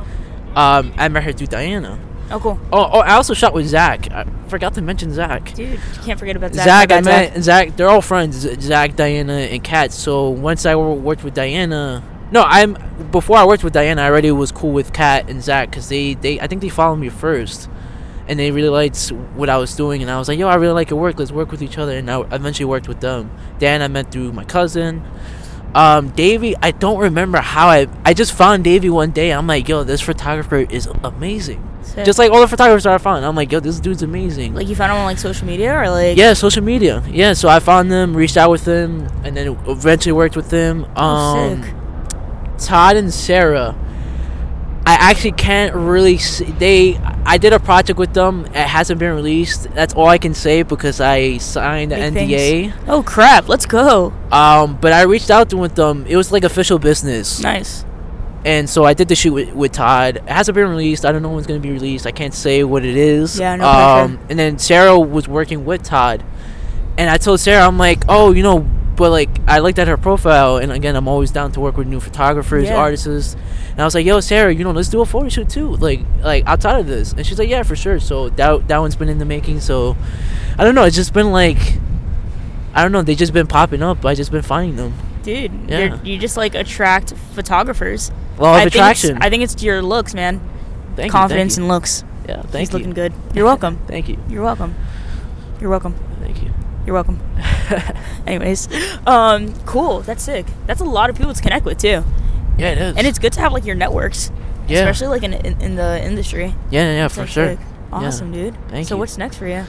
S2: Um, I met her through Diana.
S1: Oh, cool.
S2: Oh, oh, I also shot with Zach. I forgot to mention Zach.
S1: Dude, you can't forget about Zach.
S2: Zach,
S1: My
S2: I
S1: bad, Zach.
S2: met Zach. They're all friends. Z- Zach, Diana, and Kat. So once I wo- worked with Diana, no, I'm before I worked with Diana, I already was cool with Kat and Zach because they, they, I think they followed me first, and they really liked what I was doing, and I was like, yo, I really like your work. Let's work with each other, and I eventually worked with them. Dan, I met through my cousin. Um, Davey, I don't remember how I. I just found Davey one day. I'm like, yo, this photographer is amazing.
S1: Sick.
S2: Just like all the photographers that I found, I'm like, yo, this dude's amazing.
S1: like you found him on like social media or like
S2: Yeah, social media. Yeah, so I found them, reached out with them, and then eventually worked with them.
S1: Oh,
S2: Um,
S1: sick.
S2: Todd and Sarah. I actually can't really see. They, I did a project with them. It hasn't been released. That's all I can say because I signed the
S1: Big
S2: NDA.
S1: Oh crap! Let's go.
S2: Um, but I reached out to with them. It was like official business,
S1: Nice.
S2: and so I did the shoot with, with Todd. It hasn't been released. I don't know when it's gonna be released. I can't say what it is.
S1: Yeah, no
S2: um,
S1: pressure.
S2: And then Sarah was working with Todd, and I told Sarah, I'm like, oh, you know, but like I looked at her profile, and again, I'm always down to work with new photographers,
S1: Yeah.
S2: artists, and I was like, yo, Sarah, you know, let's do a photo shoot too, like like outside of this. And she's like, yeah, for sure. So that that one's been in the making. So I don't know. It's just been like. I don't know. They just been popping up. I just been finding them.
S1: Dude,
S2: Yeah.
S1: you're, you just like attract photographers.
S2: Law of
S1: I
S2: attraction.
S1: Think it's, I think it's your looks, man.
S2: Thank
S1: Confidence
S2: You,
S1: and looks.
S2: thank you. Yeah, thank
S1: He's
S2: you.
S1: looking good. You're welcome.
S2: Thank you.
S1: You're welcome. You're welcome.
S2: Thank you.
S1: You're
S2: *laughs*
S1: welcome. Anyways, um, cool. That's sick. That's a lot of people to connect with too,
S2: yeah, it is.
S1: and it's good to have like your networks,
S2: yeah.
S1: especially like in, in in the industry.
S2: yeah, yeah, yeah,
S1: It's,
S2: for
S1: like,
S2: sure.
S1: sick. Awesome, dude.
S2: Thank
S1: so
S2: you.
S1: what's next for you?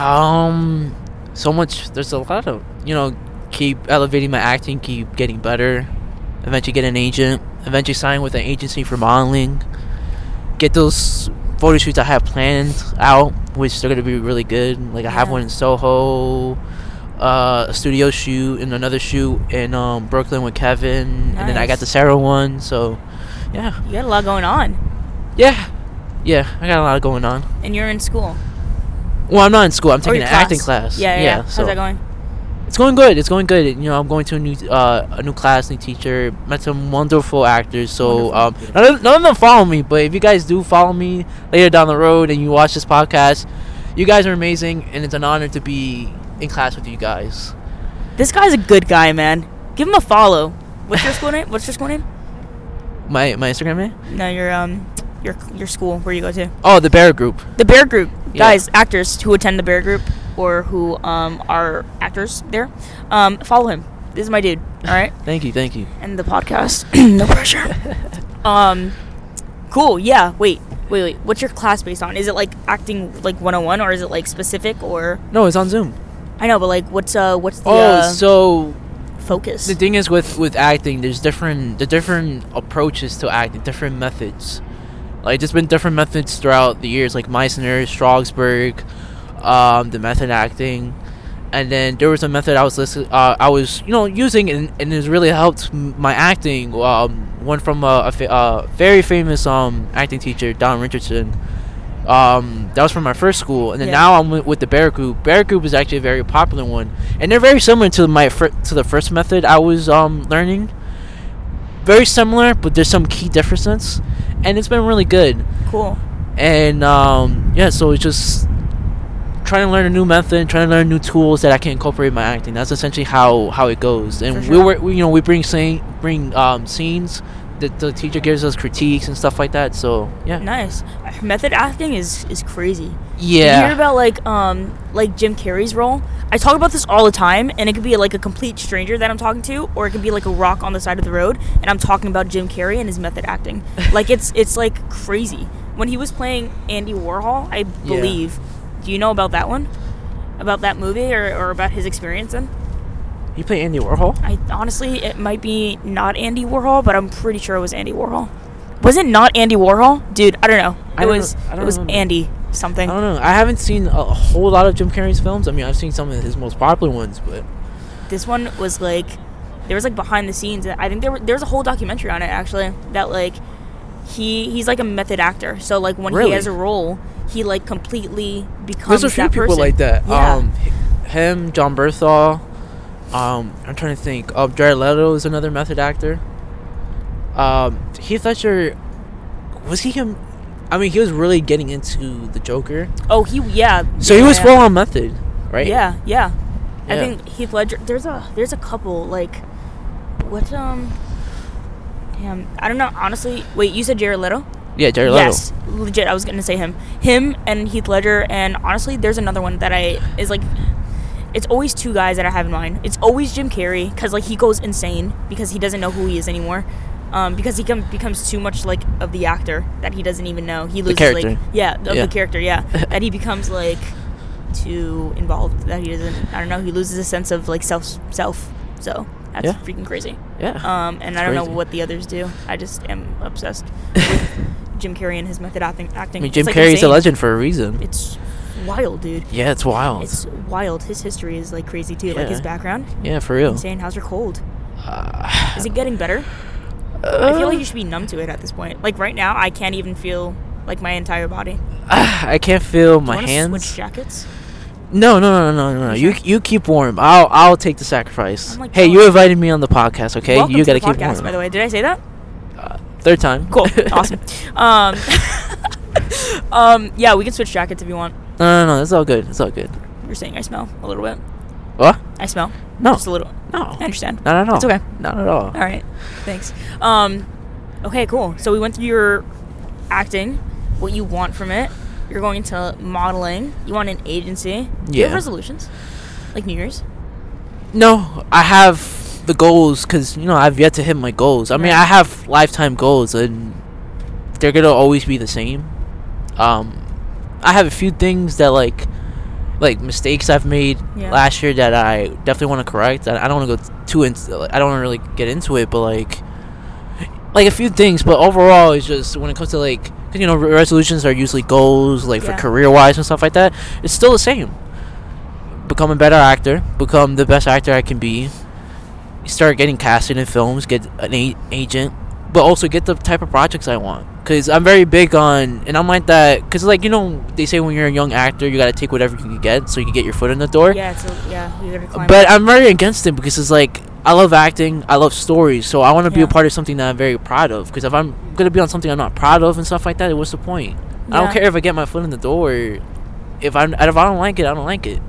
S2: Um, so much. There's a lot of you know. Keep elevating my acting. Keep getting better. Eventually get an agent. Eventually sign with an agency for modeling. Get those photo shoots I have planned out, which they're gonna be really good. Like I have
S1: Yeah.
S2: one in Soho, uh, a studio shoot, and another shoot in um, Brooklyn with Kevin, and then I
S1: Nice.
S2: got the Sarah one. So, yeah,
S1: You got a lot going on,
S2: yeah, yeah. I got a lot going on.
S1: and you're in school.
S2: Well, I'm not in school. I'm
S1: or
S2: taking
S1: your
S2: an acting class.
S1: Yeah, yeah. yeah.
S2: so-
S1: How's that going?
S2: It's going good. It's going good. You know, I'm going to a new uh, a new class, new teacher. Met some wonderful actors. So
S1: Wonderful.
S2: um, none, of, none of them follow me, but if you guys do follow me later down the road and you watch this podcast, you guys are amazing, and it's an honor to be in class with you guys.
S1: This guy's a good guy, man. Give him a follow. What's your school name? What's your school name?
S2: My my Instagram name?
S1: No, your um, your your school where you go to.
S2: Oh, the Bear Group.
S1: The Bear Group,
S2: Yeah.
S1: guys, actors who attend the Bear Group or who um are actors there, um, follow him. This is my dude. All right,
S2: Thank you, thank you.
S1: *laughs* and the *clears throat* podcast. no pressure. *laughs* um, cool. Yeah. Wait. Wait. Wait. What's your class based on? Is it like acting like 101 or is it like specific or
S2: No, it's on Zoom.
S1: I know, but like what's uh what's the
S2: Oh,
S1: uh,
S2: so
S1: focus?
S2: the thing is with with acting there's different the different approaches to acting different methods like there's been different methods throughout the years like meissner strasberg um, the method acting and then there was a method i was listen, uh, i was you know using and, and it's really helped m- my acting um, one from a, a fa- uh, very famous um, acting teacher don richardson um, that was from my first school, and then
S1: Yeah.
S2: now I'm with, with the Bear Group. Bear Group is actually a very popular one, and they're very similar to my fir- to the first method I was um, learning. Very similar, but there's some key differences, and it's been really good.
S1: cool.
S2: And um, yeah, so it's just trying to learn a new method, trying to learn new tools that I can incorporate in my acting. That's essentially how how it goes. And
S1: For
S2: we
S1: sure.
S2: were we, you know we bring scene, bring um, scenes. that the teacher gives us critiques and stuff like that. So yeah,
S1: Nice. Method acting is is crazy.
S2: yeah.
S1: You hear about like um like Jim Carrey's role? I talk about this all the time, and it could be like a complete stranger that I'm talking to, or it could be like a rock on the side of the road, and I'm talking about Jim Carrey and his method
S2: *laughs*
S1: acting. like it's it's like crazy. When he was playing Andy Warhol, I believe. Do you know about that one? About that movie, or, or about his experience? Then
S2: you play Andy Warhol.
S1: I honestly, it might be not Andy Warhol, but I'm pretty sure it was Andy Warhol. Was it not Andy Warhol, dude? I don't know.
S2: I
S1: it
S2: don't
S1: was
S2: know- I
S1: it
S2: don't
S1: was
S2: remember.
S1: Andy something.
S2: I don't know. I haven't seen a whole lot of Jim Carrey's films. I mean, I've seen some of his most popular ones, but
S1: this one was like there was like behind the scenes and i think there, were, there was a whole documentary on it actually that like he he's like a method actor so like when
S2: Really?
S1: he has a role he like completely becomes
S2: there's a few
S1: that
S2: people
S1: person.
S2: like that.
S1: yeah
S2: Um, h- him, John Berthal. Um, I'm trying to think. Um, Jared Leto is another method actor. Um, Heath Ledger, was he him? I mean, he was really getting into the Joker,
S1: oh he yeah
S2: so he
S1: yeah,
S2: was
S1: yeah.
S2: full on method, right?
S1: yeah yeah i
S2: Yeah.
S1: think heath ledger there's a there's a couple like what um damn i don't know honestly wait you said jared leto
S2: yeah, Jared Leto.
S1: Yes, legit. I was gonna say him, him, and Heath Ledger, and honestly, there's another one that I is like, it's always two guys that I have in mind. It's always Jim Carrey because like he goes insane because he doesn't know who he is anymore, um, because he com- becomes too much like of the actor that he doesn't even know. He loses like
S2: character.
S1: yeah of
S2: Yeah.
S1: the character
S2: *laughs*
S1: yeah that he becomes like too involved that he doesn't. I don't know. He loses a sense of like self self. So I That's
S2: Yeah.
S1: freaking crazy.
S2: Yeah.
S1: Um, and I don't know
S2: crazy.
S1: what the others do. I just am
S2: *laughs*
S1: obsessed with Jim Carrey and his method acting.
S2: I
S1: acting.
S2: mean,
S1: It's,
S2: Jim
S1: like,
S2: Carrey's a
S1: insane.
S2: legend for a reason.
S1: It's wild, dude.
S2: yeah, it's wild.
S1: It's wild. His history is like crazy too. Like his
S2: Yeah. Oh.
S1: background.
S2: yeah, for real. *sighs*
S1: Insane. How's your cold?
S2: Uh,
S1: Is it getting better? I feel like you should be numb to it at this point. Like right now, I can't even feel like my entire body. Do you
S2: *sighs* I can't feel my
S1: wanna
S2: hands.
S1: Switch jackets.
S2: No, no, no, no, no, no.
S1: You
S2: You
S1: sure?
S2: you keep warm. I'll I'll take the sacrifice.
S1: I'm like,
S2: hey,
S1: no.
S2: you invited me on the podcast, okay?
S1: Welcome
S2: you
S1: to
S2: gotta
S1: the podcast,
S2: keep warm.
S1: By the way, did I say that?
S2: Third time. *laughs*
S1: Cool. awesome. Um, *laughs* um, yeah, we can switch jackets if you want.
S2: No, no, no. It's all good. It's all good.
S1: You're saying I smell a little bit.
S2: What?
S1: I smell.
S2: No.
S1: Just a little.
S2: No.
S1: I understand.
S2: Not at all.
S1: It's okay.
S2: Not at all.
S1: All right. Thanks. Um, okay, cool. So we went through your acting, what you want from it. You're going into modeling. You want an agency. Do you have
S2: Yeah.
S1: resolutions? Like New Year's?
S2: No, I have the goals because you know I've yet to hit my goals. I mean,
S1: Right.
S2: I have lifetime goals, and they're gonna always be the same. Um, I have a few things that like, like mistakes I've made
S1: Yeah.
S2: last year that I definitely want to correct. I, I don't want to go too into. I don't want to really get into it, but like, like a few things. But overall, it's just when it comes to like, 'cause, you know, re- resolutions are usually goals, like
S1: Yeah.
S2: for career wise and stuff like that. It's still the same become a better actor, become the best actor I can be, start getting casted in films, get an a- agent, but also get the type of projects I want. Cause I'm very big on, and I'm like that. Cause like you know, they say when you're a young actor, you gotta take whatever you can get, so you can get your foot in the door.
S1: Yeah, it's a, yeah. You're gonna climb.
S2: But I'm very against it because it's like I love acting, I love stories, so I want to be
S1: Yeah.
S2: a part of something that I'm very proud of. Because if I'm gonna be on something I'm not proud of and stuff like that, what's the point? I
S1: Yeah.
S2: don't care if I get my foot in the door. If I'm if I don't like it, I don't like it.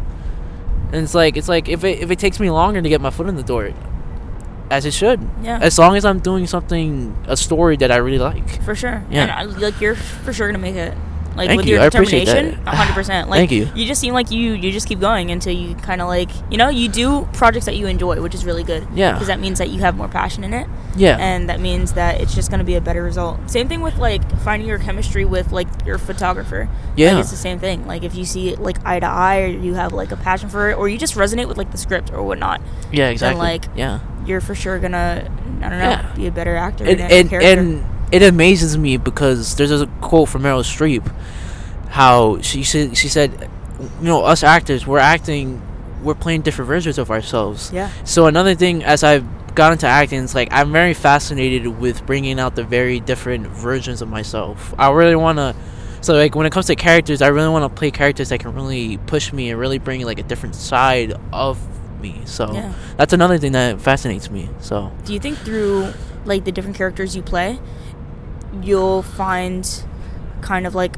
S2: And it's like it's like if it if it takes me longer to get my foot in the door, as it should.
S1: Yeah.
S2: As long as I'm doing something a story that I really like.
S1: For sure.
S2: Yeah.
S1: And I, like you're for sure gonna make it. Like
S2: Thank
S1: with
S2: you,
S1: your
S2: I appreciate that. *sighs*
S1: determination, a hundred percent. Like
S2: Thank you.
S1: You just seem like you you just keep going until you kind of like you know you do projects that you enjoy, which is really good.
S2: Yeah.
S1: Because that means that you have more passion in it,
S2: Yeah.
S1: and that means that it's just gonna be a better result. Same thing with like finding your chemistry with like your photographer.
S2: Yeah.
S1: Like, it's the same thing. Like if you see it, like eye to eye, or you have like a passion for it, or you just resonate with like the script or whatnot,
S2: yeah. Exactly.
S1: like,
S2: yeah.
S1: you're for sure gonna I don't know
S2: Yeah.
S1: be a better actor in
S2: and and,
S1: it, character.
S2: and it amazes me because there's a quote from Meryl Streep, how she said she said, you know, us actors, we're acting, we're playing different versions of ourselves.
S1: yeah.
S2: So another thing, as I've got into acting, it's like I'm very fascinated with bringing out the very different versions of myself. I really want to. So like when it comes to characters, I really want to play characters that can really push me and really bring like a different side of me. So
S1: Yeah.
S2: that's another thing that fascinates me. So
S1: Do you think through like the different characters you play, you'll find kind of like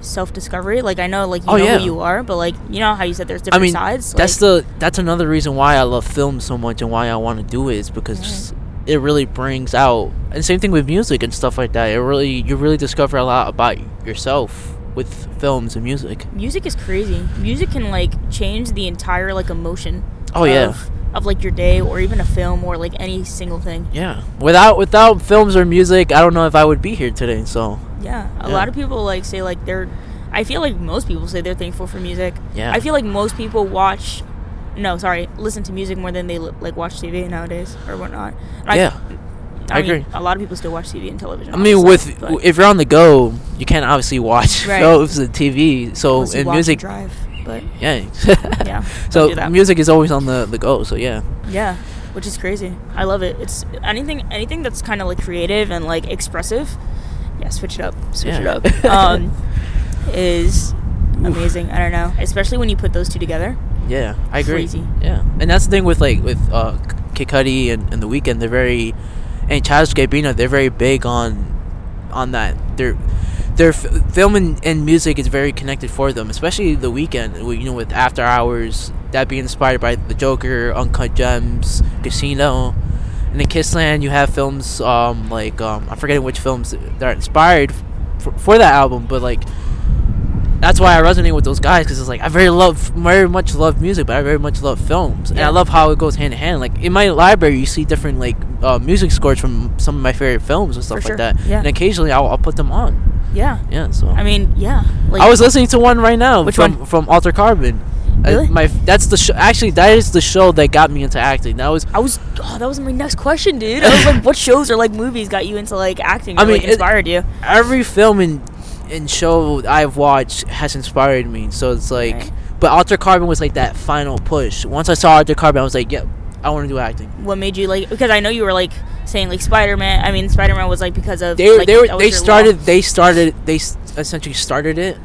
S1: self discovery? Like I know like you
S2: Oh,
S1: know
S2: yeah.
S1: who you are, but like you know how you said there's
S2: I
S1: different
S2: mean,
S1: sides.
S2: that's
S1: like,
S2: the that's another reason why I love film so much and why I want to do it is because
S1: Right.
S2: just- it really brings out and same thing with music and stuff like that. It really you really discover a lot about yourself with films and music.
S1: music is crazy. Music can like change the entire like emotion.
S2: Oh,
S1: of,
S2: yeah.
S1: Of like your day or even a film or like any single thing.
S2: Yeah. Without without films or music, I don't know if I would be here today. So
S1: Yeah, a
S2: Yeah.
S1: lot of people like say like they're. I feel like most people say they're thankful for music.
S2: Yeah.
S1: I feel like most people watch, no, sorry, listen to music more than they li- like watch TV nowadays or whatnot. And I-
S2: yeah. I
S1: mean,
S2: agree.
S1: A lot of people still watch TV and television.
S2: I mean,
S1: obviously,
S2: with
S1: but
S2: if you're on the go, you can't obviously watch
S1: Right.
S2: *laughs* films and TV. So
S1: unless you
S2: and
S1: walk and
S2: music,
S1: drive, but
S2: yeah. *laughs*
S1: yeah. don't do
S2: so
S1: that.
S2: music is always on the the go. So yeah.
S1: yeah, which is crazy. I love it. It's anything, anything that's kind of like creative and like expressive. Yeah, switch it up, switch
S2: Yeah. *laughs*
S1: it up. Um, is amazing. I don't know, especially when you put those two together.
S2: Yeah, I agree.
S1: Crazy.
S2: Yeah, and that's the thing with like with uh, K- Kid Cudi and, and the Weekend. They're very and Childish Gambino. They're very big on on that. They're their f- film and, and music is very connected for them, especially the weekend. You know, with After Hours, that being inspired by The Joker, Uncut Gems, Casino, and in Kissland, you have films um, like um, I'm forgetting which films that are inspired for, for that album, but like that's why I resonate with those guys because it's like I very love, very much love music, but I very much love films, and
S1: Yeah.
S2: I love how it goes hand in hand. Like in my library, you see different like uh, music scores from some of my favorite films and stuff
S1: sure.
S2: like that,
S1: Yeah.
S2: and occasionally I'll, I'll put them on.
S1: Yeah,
S2: Yeah, so
S1: I mean, yeah. Like,
S2: I was listening to one right now
S1: Which
S2: from
S1: one?
S2: from Alter Carbon.
S1: Really?
S2: I, my that's the sh- actually that is the show that got me into acting. That was
S1: I was. Oh, that was my next question, dude. I was like, what shows or like movies got you into like acting? Or,
S2: I mean,
S1: like,
S2: it-
S1: inspired you.
S2: every film and and show I've watched has inspired me. So it's like,
S1: Right.
S2: but Alter Carbon was like that final push. Once I saw Alter Carbon, I was like, yep, I want to do acting.
S1: What made you like? Because I know you were like saying like Spider Man. I mean, Spider Man was like because of
S2: They
S1: like,
S2: they
S1: that
S2: were,
S1: was
S2: they
S1: your
S2: started
S1: love.
S2: they started they s- essentially started it,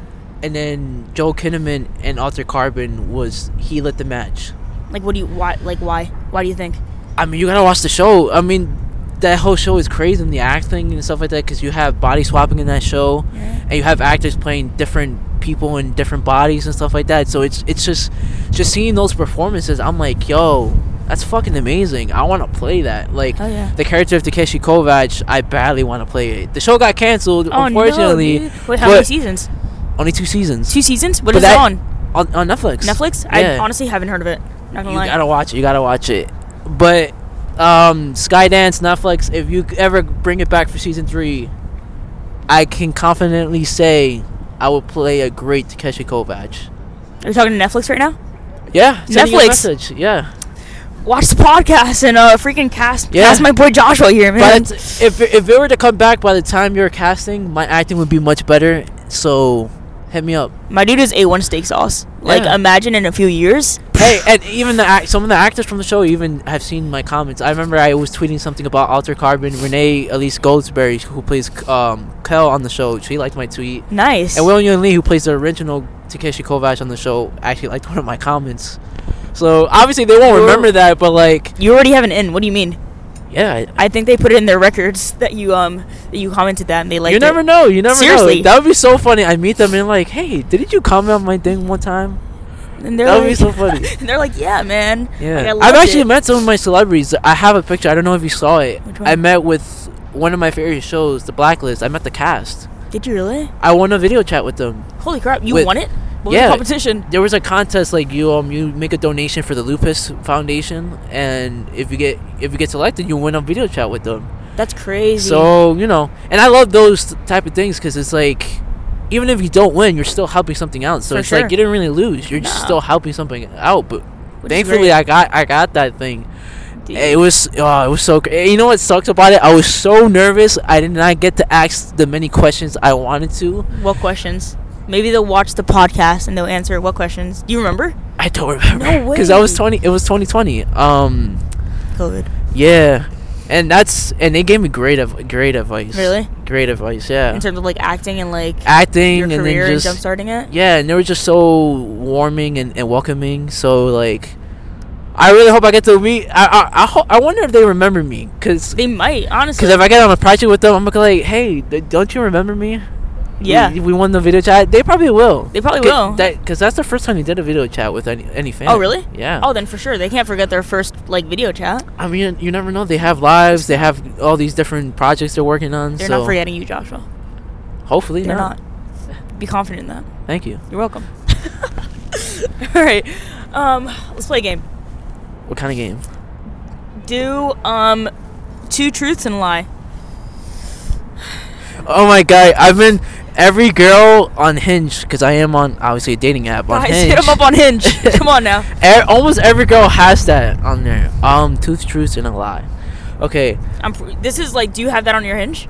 S2: and then Joel Kinnaman and Alter Carbon was he lit the match.
S1: Like, what do you why? Like, why? Why do you think?
S2: I mean, you gotta watch the show. I mean, that whole show is crazy and the acting and stuff like that because you have body swapping in that show, and you have actors playing different people in different bodies and stuff like that. So it's it's just just seeing those performances. I'm like, yo, that's fucking amazing. I want to play that. Like
S1: Oh, yeah.
S2: the character of Takeshi Kovacs, I badly want to play it. The show got canceled,
S1: Oh, no,
S2: unfortunately.
S1: dude. Wait, how many
S2: but-
S1: seasons?
S2: Only two seasons
S1: Two seasons? What
S2: But
S1: is it
S2: that-
S1: on?
S2: on, on Netflix.
S1: Netflix? I
S2: Yeah.
S1: honestly haven't heard of it. Not gonna
S2: you
S1: lie.
S2: gotta watch it. You gotta watch it. But um, Skydance, Netflix. If you ever bring it back for season three, I can confidently say I will play a great Takeshi Kovacs.
S1: Are you talking to Netflix right now?
S2: Yeah, send me a
S1: Netflix.
S2: message, Yeah,
S1: Watch the podcast and uh freaking cast
S2: Yeah.
S1: cast my boy Joshua here, man.
S2: but if if it were to come back by the time you're casting, my acting would be much better. So hit me up.
S1: my dude is A1 steak sauce. Like
S2: Yeah.
S1: imagine in a few years.
S2: hey, and even the act- some of the actors from the show even have seen my comments. I remember I was tweeting something about Alter Carbon. Renee Elise Goldsberry, who plays um, Kel on the show, she liked my tweet.
S1: Nice.
S2: And Will Yun Lee, who plays the original Takeshi Kovacs on the show, actually liked one of my comments. So obviously they won't
S1: You're-
S2: remember that, but like,
S1: you already have an in. What do you mean?
S2: yeah,
S1: I think they put it in their records *laughs* that you um that you commented that and they liked
S2: you never
S1: it.
S2: know. You never
S1: Seriously.
S2: know. That would be so funny. I meet them and like, hey, didn't you comment on my thing one time?
S1: And they're
S2: that would
S1: like,
S2: be so funny.
S1: and *laughs* they're like, yeah, man. Like, I
S2: Yeah, I've
S1: loved
S2: actually
S1: it.
S2: met some of my celebrities. I have a picture. I don't know if you saw it.
S1: Which one?
S2: I met with one of my favorite shows, The Blacklist. I met the cast.
S1: Did you really?
S2: I won a video chat with them.
S1: Holy crap! You
S2: With-
S1: won it. What was
S2: Yeah.
S1: the competition?
S2: There was a contest like you um you make a donation for the Lupus Foundation, and if you get if you get selected, you win a video chat with them.
S1: That's crazy.
S2: So you know, and I love those type of things because it's like. Even if you don't win, you're still helping something out. So
S1: For
S2: it's
S1: sure.
S2: like you didn't really lose. You're just
S1: Nah.
S2: still helping something out. But
S1: Which is
S2: thankfully,
S1: great,
S2: I got I got that thing.
S1: dude.
S2: It was oh, it was so. cra- You know what sucks about it? I was so nervous. I did not get to ask the many questions I wanted to.
S1: What questions? Maybe they'll watch the podcast and they'll answer what questions. Do you remember?
S2: I don't remember
S1: No
S2: *laughs* because I was
S1: way.
S2: twenty. It was twenty twenty. Um,
S1: COVID.
S2: yeah, and that's and they gave me great of great advice.
S1: Really?
S2: Great advice. Yeah.
S1: In terms of like acting and like
S2: Acting
S1: your
S2: and
S1: career
S2: then
S1: and
S2: just
S1: jumpstarting it.
S2: yeah, and they were just so warming and, and welcoming. So like, I really hope I get to meet. I I I, ho- I wonder if they remember me because.
S1: They might honestly.
S2: Because if I get on a project with them, I'm gonna be like, hey, th- don't you remember me?
S1: yeah.
S2: we, we won the video chat. They probably will.
S1: They probably
S2: Good-
S1: will.
S2: That because that's the first time they did a video chat with any any fan.
S1: Oh, really?
S2: Yeah.
S1: Oh, then for sure they can't forget their first like video chat.
S2: I mean, you never know. They have lives. They have all these different projects they're working on.
S1: They're
S2: so
S1: not forgetting you, Joshua.
S2: Hopefully
S1: They're
S2: not.
S1: not. Be confident in that.
S2: Thank you.
S1: You're
S2: *laughs*
S1: welcome. *laughs* All right. Um, let's play a game.
S2: What kind of game?
S1: Do um, two truths and a lie.
S2: Oh my god! I've been every girl on Hinge because I am on obviously a dating app on
S1: Guys, *laughs*
S2: Hinge.
S1: hit them up on Hinge.
S2: *laughs*
S1: Come on now.
S2: E- almost every girl has that on there. Um, tooth, truths, and a lie. Okay.
S1: I'm pr- this is like, do you have that on your Hinge?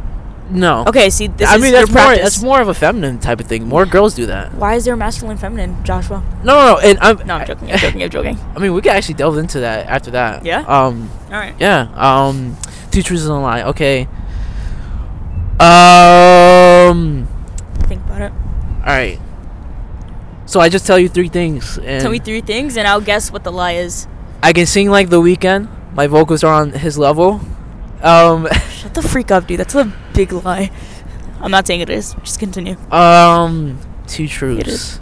S2: No.
S1: Okay. See, this
S2: I
S1: is
S2: mean
S1: your
S2: that's more
S1: practice.
S2: that's more of a feminine type of thing. More girls do that.
S1: Why is there masculine, feminine, Joshua?
S2: No, no, no, and I'm
S1: No, I'm joking. I'm joking. I'm joking.
S2: I mean, we could actually delve into that after that.
S1: Yeah?
S2: Um.
S1: *laughs* All right.
S2: Yeah. Um. Two truths and a lie. Okay. Um.
S1: Think about it.
S2: All right. So I just tell you three things, and
S1: Tell me three things, and I'll guess what the lie is.
S2: I can sing like The Weeknd. My vocals are on his level. Um. *laughs*
S1: Shut the freak up, dude. That's a big lie. I'm not saying it is. Just continue.
S2: um. Two truths.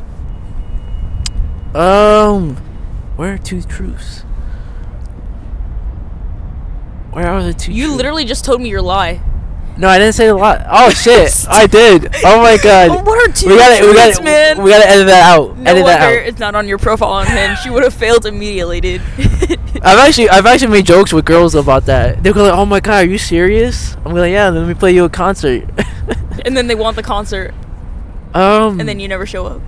S2: Um. Where are two truths? Where are the two?
S1: You
S2: truths?
S1: literally just told me your lie.
S2: No, I didn't say a lot.
S1: *laughs*
S2: Oh shit, I did. Oh my
S1: Oh,
S2: god.
S1: what are two
S2: We gotta, we
S1: truths,
S2: gotta,
S1: man?
S2: we gotta edit that out.
S1: no
S2: edit that
S1: wonder
S2: out.
S1: it's not on your profile on Hinge. You would have failed immediately, dude.
S2: *laughs*
S1: *laughs*
S2: I've actually, I've actually made jokes with girls about that. They're like, "Oh my god, are you serious?" I'm like, "Yeah, let me play you
S1: *laughs*
S2: a concert."
S1: and then they want the concert,
S2: um.
S1: and then you never show up.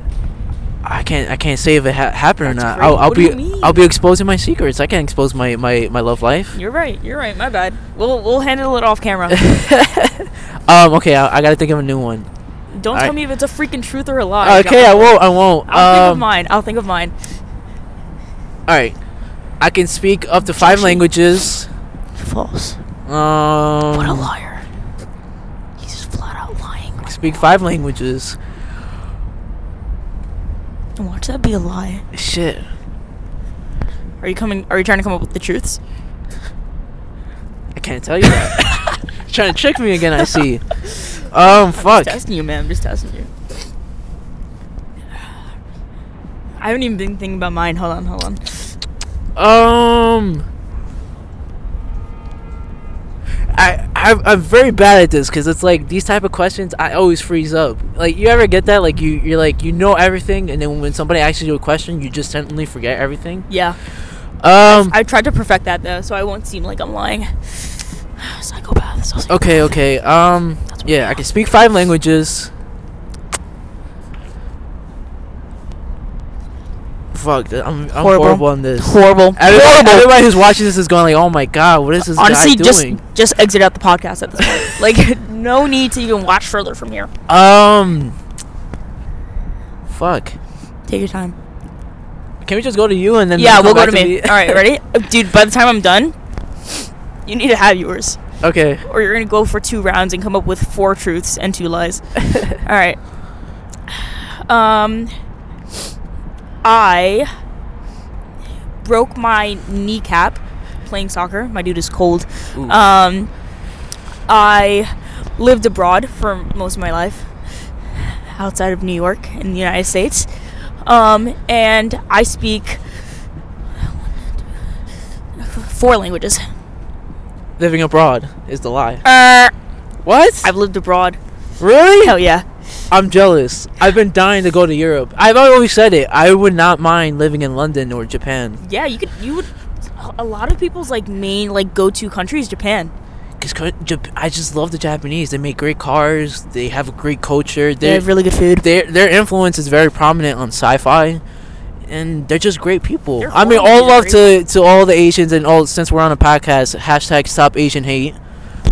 S2: I can't I can't say if it ha- happened or
S1: That's
S2: not.
S1: crazy.
S2: I'll, I'll
S1: What do
S2: be
S1: you mean?
S2: I'll be exposing my secrets. I can't expose my my my love life.
S1: You're right. You're right. My bad. We'll we'll handle it off
S2: *laughs*
S1: camera.
S2: um. Okay. I, I gotta think of a new one.
S1: Don't
S2: I-
S1: tell me if it's a freaking truth or a lie.
S2: Okay. I won't. I won't.
S1: I'll think of
S2: Um,
S1: mine. I'll think of mine.
S2: All right. I can speak up to five
S1: Joshie.
S2: languages.
S1: False.
S2: Um.
S1: What a liar. He's just flat out lying. right
S2: Speak five languages.
S1: now. Watch that be a lie.
S2: Shit.
S1: Are you coming? Are you trying to come up with the *laughs* truths?
S2: I can't tell you
S1: *laughs*
S2: that. Trying to trick me again. I see. Um. Fuck.
S1: Just testing you, man. I'm just testing you. I haven't even been thinking about mine. Hold on, hold on.
S2: Um. I, I I'm very bad at this because it's like these type of questions I always freeze up. Like you ever get that? Like you you're like you know everything, and then when somebody asks you a question, you just suddenly forget everything.
S1: Yeah,
S2: Um.
S1: I tried to perfect that though, so I won't seem like I'm lying. *sighs* Psychopath. so psych-
S2: Okay. Okay. Um.
S1: That's
S2: Yeah. I can speak five languages. Fuck. th- I'm, I'm
S1: Horrible.
S2: horrible. on this.
S1: Horrible.
S2: Everybody,
S1: Horrible.
S2: everybody who's watching this is going like, "Oh my god, what is this
S1: Honestly,
S2: guy
S1: just
S2: doing?"
S1: just exit out the podcast at this
S2: *laughs*
S1: point. like, no need to even watch further from here.
S2: Um. Fuck.
S1: Take your time.
S2: Can we just go to you and then?
S1: yeah,
S2: come
S1: we'll go
S2: back
S1: to me. All
S2: *laughs*
S1: right, ready, dude. By the time I'm done, you need to have yours,
S2: okay.
S1: or you're gonna go for two rounds and come up with four truths and two lies. All right. Um, I broke my kneecap playing soccer. My dude is cold.
S2: Ooh.
S1: Um, I lived abroad for most of my life, outside of New York in the United States, um, and I speak four languages.
S2: Living abroad is the lie.
S1: Uh,
S2: What?
S1: I've lived abroad.
S2: really?
S1: Hell yeah.
S2: I'm jealous. I've been dying to go to Europe. I've always said it. I would not mind living in London or Japan.
S1: Yeah, you could. You would. A lot of people's like main like go-to country is Japan.
S2: Cause co- Jap- I just love the Japanese. They make great cars. They have a great culture.
S1: They
S2: They're,
S1: have really good food.
S2: their their influence is very prominent on sci-fi and they're just great people
S1: They're
S2: i mean
S1: horrible
S2: all
S1: people,
S2: love to to all the asians and all since we're on a podcast hashtag stop asian hate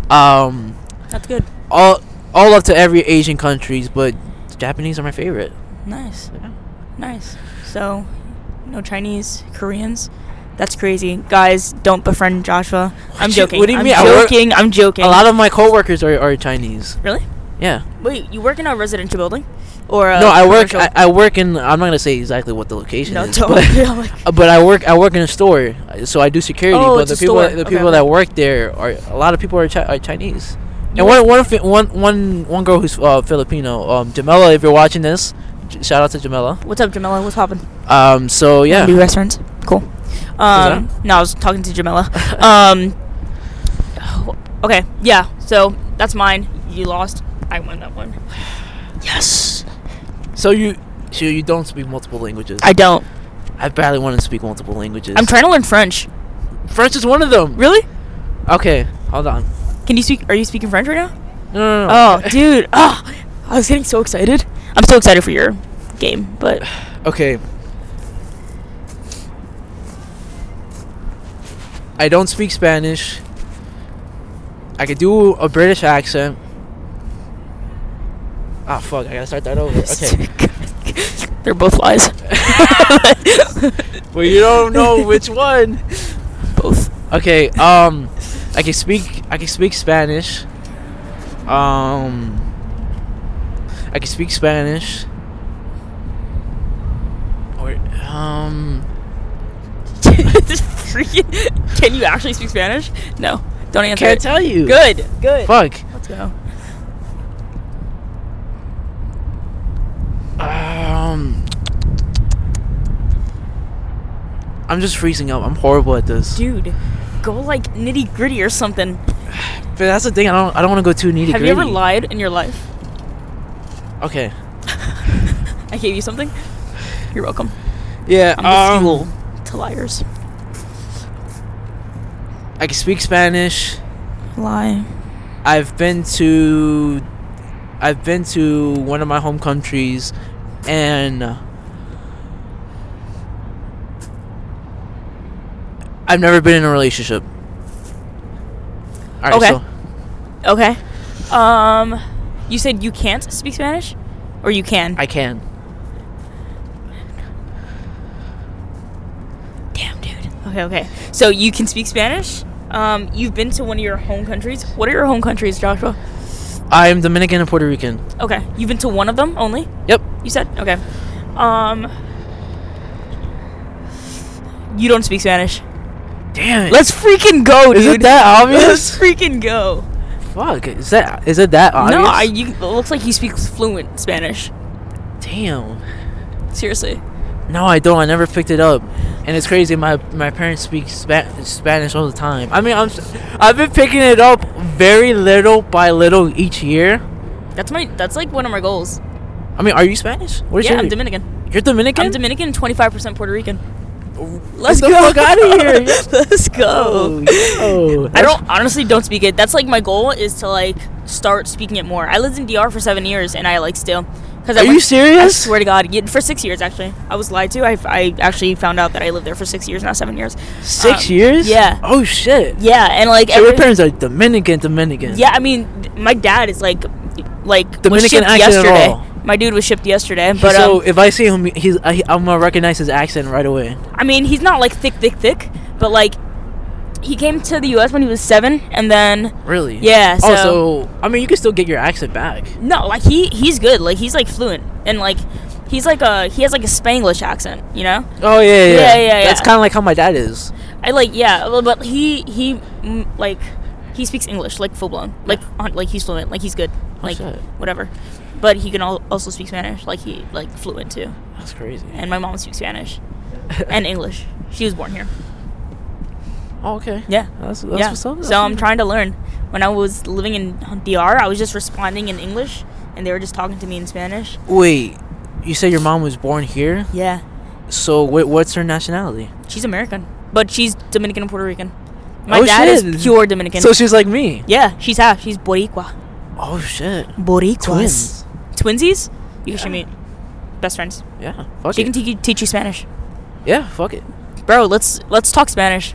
S2: um
S1: That's good.
S2: all all love to every asian countries but the japanese are my favorite
S1: Nice,
S2: Yeah.
S1: nice. So, no Chinese, Koreans. That's crazy, guys. Don't befriend Joshua. I'm
S2: you-
S1: joking.
S2: what do you
S1: I'm
S2: mean? I work-
S1: Joking. I'm joking.
S2: a lot of my coworkers are, are chinese
S1: really.
S2: yeah
S1: Wait, you work in a residential building, or a
S2: no i work
S1: commercial-
S2: I, I work in i'm not gonna say exactly what the location *laughs*
S1: no,
S2: is
S1: don't. *laughs*
S2: but-
S1: Yeah, like-
S2: Uh, but I work I work in a store, so I do security.
S1: Oh,
S2: but
S1: it's a
S2: the people
S1: store.
S2: the
S1: Okay,
S2: people
S1: okay.
S2: that work there are a lot of people are, chi- are Chinese.
S1: You
S2: and one one fi- one one one girl who's uh, Filipino, um, Jamela. If you're watching this, j- shout out to Jamela.
S1: what's up, Jamela? What's poppin'?
S2: Um, so *laughs* yeah,
S1: New restaurants. Cool. Um,
S2: that?
S1: no, I was talking to Jamila. um, *sighs* okay, yeah. So that's mine. You lost. I won that one. Yes.
S2: so you so you don't speak multiple languages.
S1: I don't.
S2: I barely want to speak multiple languages.
S1: I'm trying to learn French.
S2: French is one of them.
S1: Really?
S2: Okay, hold on.
S1: Can you speak? Are you speaking French right now?
S2: No, no, no.
S1: Oh, dude. Oh, I was getting so excited. I'm so excited for your game, but
S2: Okay. I don't speak Spanish. I could do a British accent. Ah, fuck. I gotta start that over. *laughs* Okay.
S1: *laughs* they're both lies.
S2: well, you don't know which one.
S1: Both. *laughs*
S2: Okay. Um, I can speak. I can speak Spanish. Um, I can speak Spanish. Or um.
S1: Just freaking. Can you actually speak Spanish? No. Don't answer.
S2: Can't
S1: it.
S2: tell you.
S1: Good. Good.
S2: Fuck.
S1: Let's go.
S2: Um, I'm just freezing up. I'm horrible at this.
S1: Dude, go like nitty gritty or something.
S2: but that's the thing. I don't. I don't want to go too needy.
S1: Have you ever lied in your life?
S2: Okay.
S1: I gave you something. You're welcome.
S2: Yeah.
S1: I'm
S2: um,
S1: the fuel to liars.
S2: I can speak Spanish.
S1: Lie.
S2: I've been to. I've been to one of my home countries, and uh, I've never been in a relationship. All right,
S1: Okay.
S2: so
S1: Okay. Um, you said you can't speak Spanish, or you can.
S2: I can.
S1: Damn, dude. Okay, okay. So you can speak Spanish. Um, you've been to one of your home countries. What are your home countries, Joshua?
S2: I'm Dominican and Puerto Rican.
S1: Okay, you've been to one of them only.
S2: Yep.
S1: You said okay. Um, you don't speak Spanish.
S2: Damn it.
S1: Let's freaking go, dude.
S2: Is it *laughs* that
S1: Let's *laughs*
S2: obvious?
S1: freaking go.
S2: Fuck. Is that is it that obvious?
S1: No, I, you, it looks like you speak fluent Spanish.
S2: Damn.
S1: Seriously.
S2: No, I don't. I never picked it up, and it's crazy. My my parents speak Spa- Spanish all the time. I mean, I'm s- I've been picking it up very little by little each year.
S1: That's my. That's like one of my goals.
S2: I mean, are you Spanish? What is
S1: yeah,
S2: your
S1: I'm Dominican.
S2: You're Dominican.
S1: I'm Dominican and 25% Puerto Rican.
S2: the fuck outta here. Yes.
S1: *laughs* Let's go.
S2: Oh,
S1: I don't honestly don't speak it. That's like my goal is to like start speaking it more. I lived in DR for seven years and I like still because I
S2: Are you
S1: went- I
S2: serious?
S1: swear to God, yeah, for six years actually. I was lied to. I, I actually found out that I lived there for six years, not seven years.
S2: Six
S1: um,
S2: years?
S1: yeah.
S2: Oh shit.
S1: Yeah, and like
S2: So your
S1: every-
S2: parents are Dominican, Dominican.
S1: Yeah, I mean, th- my dad is like, like was
S2: Dominican
S1: shipped
S2: accent at
S1: yesterday.
S2: all.
S1: My dude was shipped yesterday,
S2: But
S1: but um,
S2: so if I see him, he's I, I'm gonna recognize his accent right away.
S1: I mean, he's not like thick, thick, thick, but like he came to the U.S. when he was seven, and then
S2: Really?
S1: Yeah,
S2: oh,
S1: so-
S2: so I mean, you can still get your accent back.
S1: no, like he he's good, like he's like fluent, and like he's like a he has like a Spanglish accent, you know.
S2: Oh yeah, yeah.
S1: Yeah, yeah,
S2: That's
S1: yeah.
S2: kind of like how my dad is.
S1: I like yeah, well, but he he mm, like he speaks English like full blown, like on, like he's fluent, like he's good, like
S2: Oh, shit.
S1: whatever. But he can al- also speak Spanish, like he like fluent too.
S2: That's crazy.
S1: And my mom speaks Spanish and English. She was born here.
S2: *laughs* oh, okay.
S1: Yeah.
S2: That's, that's
S1: yeah.
S2: what's up.
S1: so I'm trying to learn. When I was living in DR, I was just responding in English, and they were just talking to me in Spanish.
S2: Wait, you said your mom was born here.
S1: Yeah,
S2: So wh- what's her nationality?
S1: she's American, but she's Dominican and Puerto Rican. My
S2: Oh,
S1: dad
S2: shit.
S1: is pure Dominican.
S2: So she's like me.
S1: yeah, she's half. She's Boricua.
S2: Oh shit.
S1: Boricuas. Twinsies? You
S2: Yeah.
S1: should meet best friends.
S2: Yeah. Fuck
S1: She
S2: it.
S1: can te- teach you Spanish,
S2: yeah. Fuck it.
S1: bro. Let's let's talk Spanish.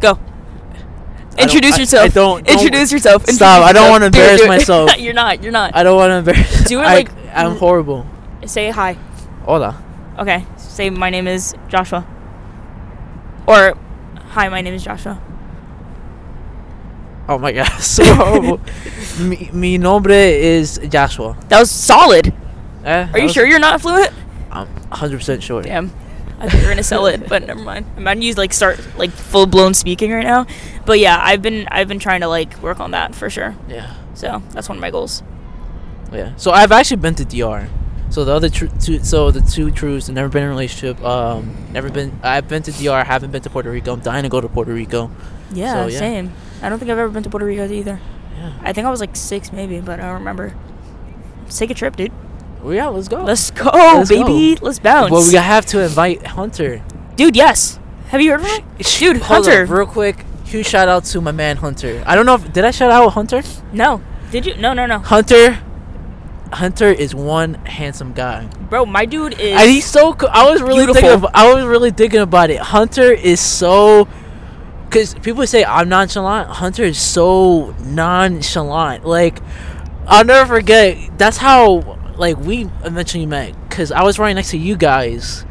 S1: Go. Introduce
S2: I- I
S1: yourself.
S2: don't- don't-
S1: introduce yourself. Introduce
S2: Stop, I don't
S1: yourself. *laughs*
S2: wanna
S1: Do it,
S2: embarrass
S1: do it.
S2: myself.
S1: you're not. You're not.
S2: I don't want to *laughs* embarrass.
S1: Do it
S2: I,
S1: like-
S2: I'm horrible.
S1: Say hi.
S2: Hola.
S1: Okay. Say my name is Joshua. Or hi, my name is Joshua.
S2: Oh my god, *laughs* so horrible. mi, mi nombre is Joshua.
S1: That was solid.
S2: Eh,
S1: Are you sure you're not fluent?
S2: I'm 100 percent sure.
S1: Damn. I thought you were gonna sell it, but never mind. I'm about to like start like full blown speaking right now. But yeah, I've been I've been trying to like work on that for sure.
S2: Yeah.
S1: So that's one of my goals.
S2: Yeah. So I've actually been to DR. So the other tru- two, so the two truths, never been in a relationship. Um, never been. I've been to DR. Haven't been to Puerto Rico. I'm dying to go to Puerto Rico.
S1: Yeah,
S2: So, yeah.
S1: same. I don't think I've ever been to Puerto Rico either.
S2: Yeah.
S1: I think I was like six maybe, but I don't remember. Let's take a trip, dude.
S2: Well, yeah. Let's go.
S1: Let's go,
S2: Let's
S1: baby.
S2: go.
S1: Let's bounce.
S2: Well, we have to invite Hunter.
S1: dude, yes. Have you heard of him? Dude,
S2: Hold up,
S1: Hunter.
S2: real quick. Huge shout out to my man Hunter. I don't know. if Did I shout out Hunter?
S1: No. Did you? No, no, no.
S2: Hunter. Hunter is one handsome guy.
S1: Bro, my dude is.
S2: And he's so. co- I was really thinking.
S1: Beautiful.
S2: Of, I was really thinking about it. Hunter is so. Because people say I'm nonchalant. Hunter is so nonchalant. Like, I'll never forget. That's how like we eventually met. Because I was right next to you guys,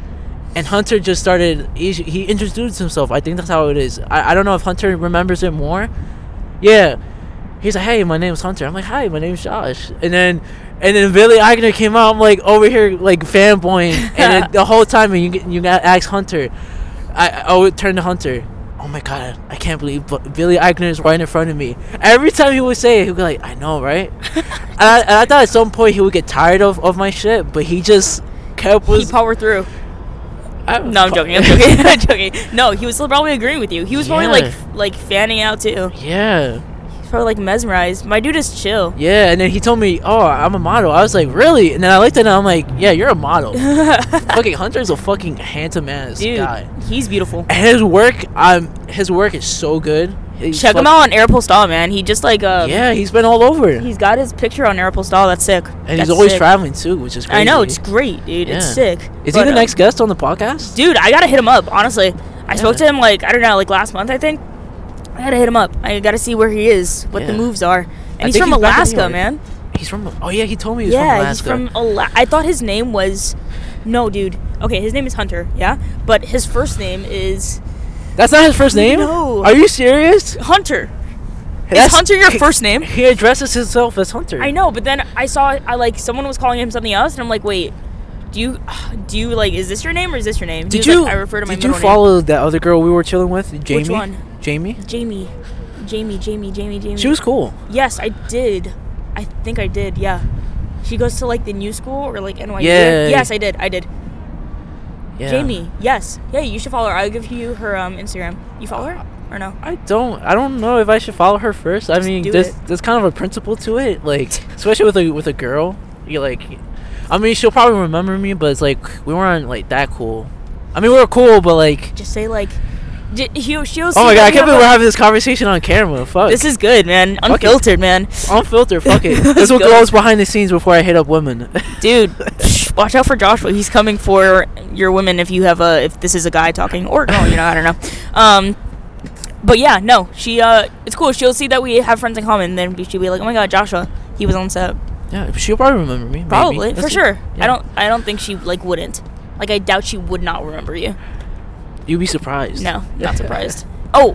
S2: and Hunter just started. He, he introduced himself. I think that's how it is. I, I don't know if Hunter remembers it more. Yeah. He's like, hey, my name's Hunter. I'm like, hi, my name's Josh. And then, and then Billy Eichner came out. I'm like over here like
S1: *laughs*
S2: fanboying, and then the whole time you you gotta ask Hunter. I I always turn to Hunter. Oh my god, I can't believe Bu- Billy Eichner is right in front of me. Every time he would say it, he'd be like, I
S1: *laughs*
S2: know, right? and, I, and I thought at some point he would get tired of, of my shit, but he just kept
S1: He
S2: was.
S1: powered through.
S2: I-
S1: No, I'm joking. I'm joking. *laughs* I'm joking. No, he was probably agreeing with you. He was probably
S2: Yeah.
S1: like like fanning out too.
S2: yeah.
S1: He's probably like mesmerized. My dude is
S2: *laughs*
S1: chill.
S2: Yeah, and then he told me, "Oh, I'm a model." I was like, "Really?" And then I looked at him. I'm like, "Yeah, you're a model."
S1: *laughs*
S2: fucking Hunter's a fucking handsome ass
S1: Dude,
S2: guy.
S1: he's beautiful.
S2: And his work, um, his work is so good. He's
S1: Check him
S2: fuck-
S1: out on Air Postal, man. He just like uh
S2: Yeah, he's been all over,
S1: he's got his picture on Air Postal. That's sick.
S2: and
S1: That's
S2: he's always
S1: sick.
S2: traveling too, which is crazy.
S1: I know it's great, dude.
S2: Yeah.
S1: It's sick.
S2: Is
S1: But,
S2: he the
S1: um,
S2: next guest on the podcast?
S1: dude? I gotta hit him up. Honestly, I I spoke to
S2: Yeah.
S1: him like I don't know, like last month I think. I gotta hit him up. I gotta see where he is, what the
S2: Yeah.
S1: moves are. And
S2: I
S1: he's
S2: think
S1: from
S2: he's back in New
S1: Alaska,
S2: York.
S1: man.
S2: He's from. Oh yeah, he told me he's
S1: yeah,
S2: from
S1: he's
S2: Alaska.
S1: from Alaska. I thought his name was no, dude. Okay, his name is Hunter. Yeah, but his first name is
S2: That's not his first name.
S1: No.
S2: Are you serious?
S1: Hunter.
S2: That's-
S1: is Hunter your first name?
S2: He addresses himself as Hunter.
S1: I know, but then I saw I like someone was calling him something else, and I'm like, wait, do you *sighs* do you like is this your name or is this your name? He
S2: Did
S1: was
S2: you?
S1: Like, I refer to my
S2: did you
S1: middle
S2: follow that other girl we were chilling with, Jamie?
S1: one?
S2: Jamie.
S1: name. Jamie, Jamie, Jamie, Jamie, Jamie.
S2: She was cool.
S1: Yes, I did. I think I did. Yeah. She goes to like the new school or like NYU.
S2: Yeah.
S1: Yes, I did. I did.
S2: Yeah.
S1: Jamie. Yes. Yeah, you should follow her. I'll give you her um Instagram. You follow her or no?
S2: I don't. I don't know if I should follow her first. I
S1: Just
S2: mean,
S1: do
S2: there's
S1: it.
S2: there's kind of a principle to it,
S1: *laughs*
S2: like especially with a with a girl. You like, I mean, she'll probably remember me, but it's like we weren't like that cool. I mean, we were cool, but like,
S1: Just say like. J- he, she'll
S2: oh my god, I can't believe
S1: having.
S2: we're having this conversation on camera. Fuck,
S1: This is good, man.
S2: it.
S1: Unfiltered, man.
S2: unfiltered.
S1: *laughs*
S2: Fuck it. This will
S1: Go.
S2: goes behind the scenes before I hit up
S1: *laughs*
S2: women.
S1: Dude, psh, watch out for Joshua. He's coming for your women if you have a if this is a guy talking or girl, you know, I don't know. Um but yeah, no. She uh it's cool. She'll see that we have friends in common then she'll be like, "Oh my god, Joshua, he was on set."
S2: yeah, she'll probably remember me. maybe.
S1: Probably, for
S2: That's-
S1: sure.
S2: yeah.
S1: I don't I don't think she like wouldn't. Like I doubt she would not remember you.
S2: You'd be surprised. *laughs*
S1: No, not surprised. oh,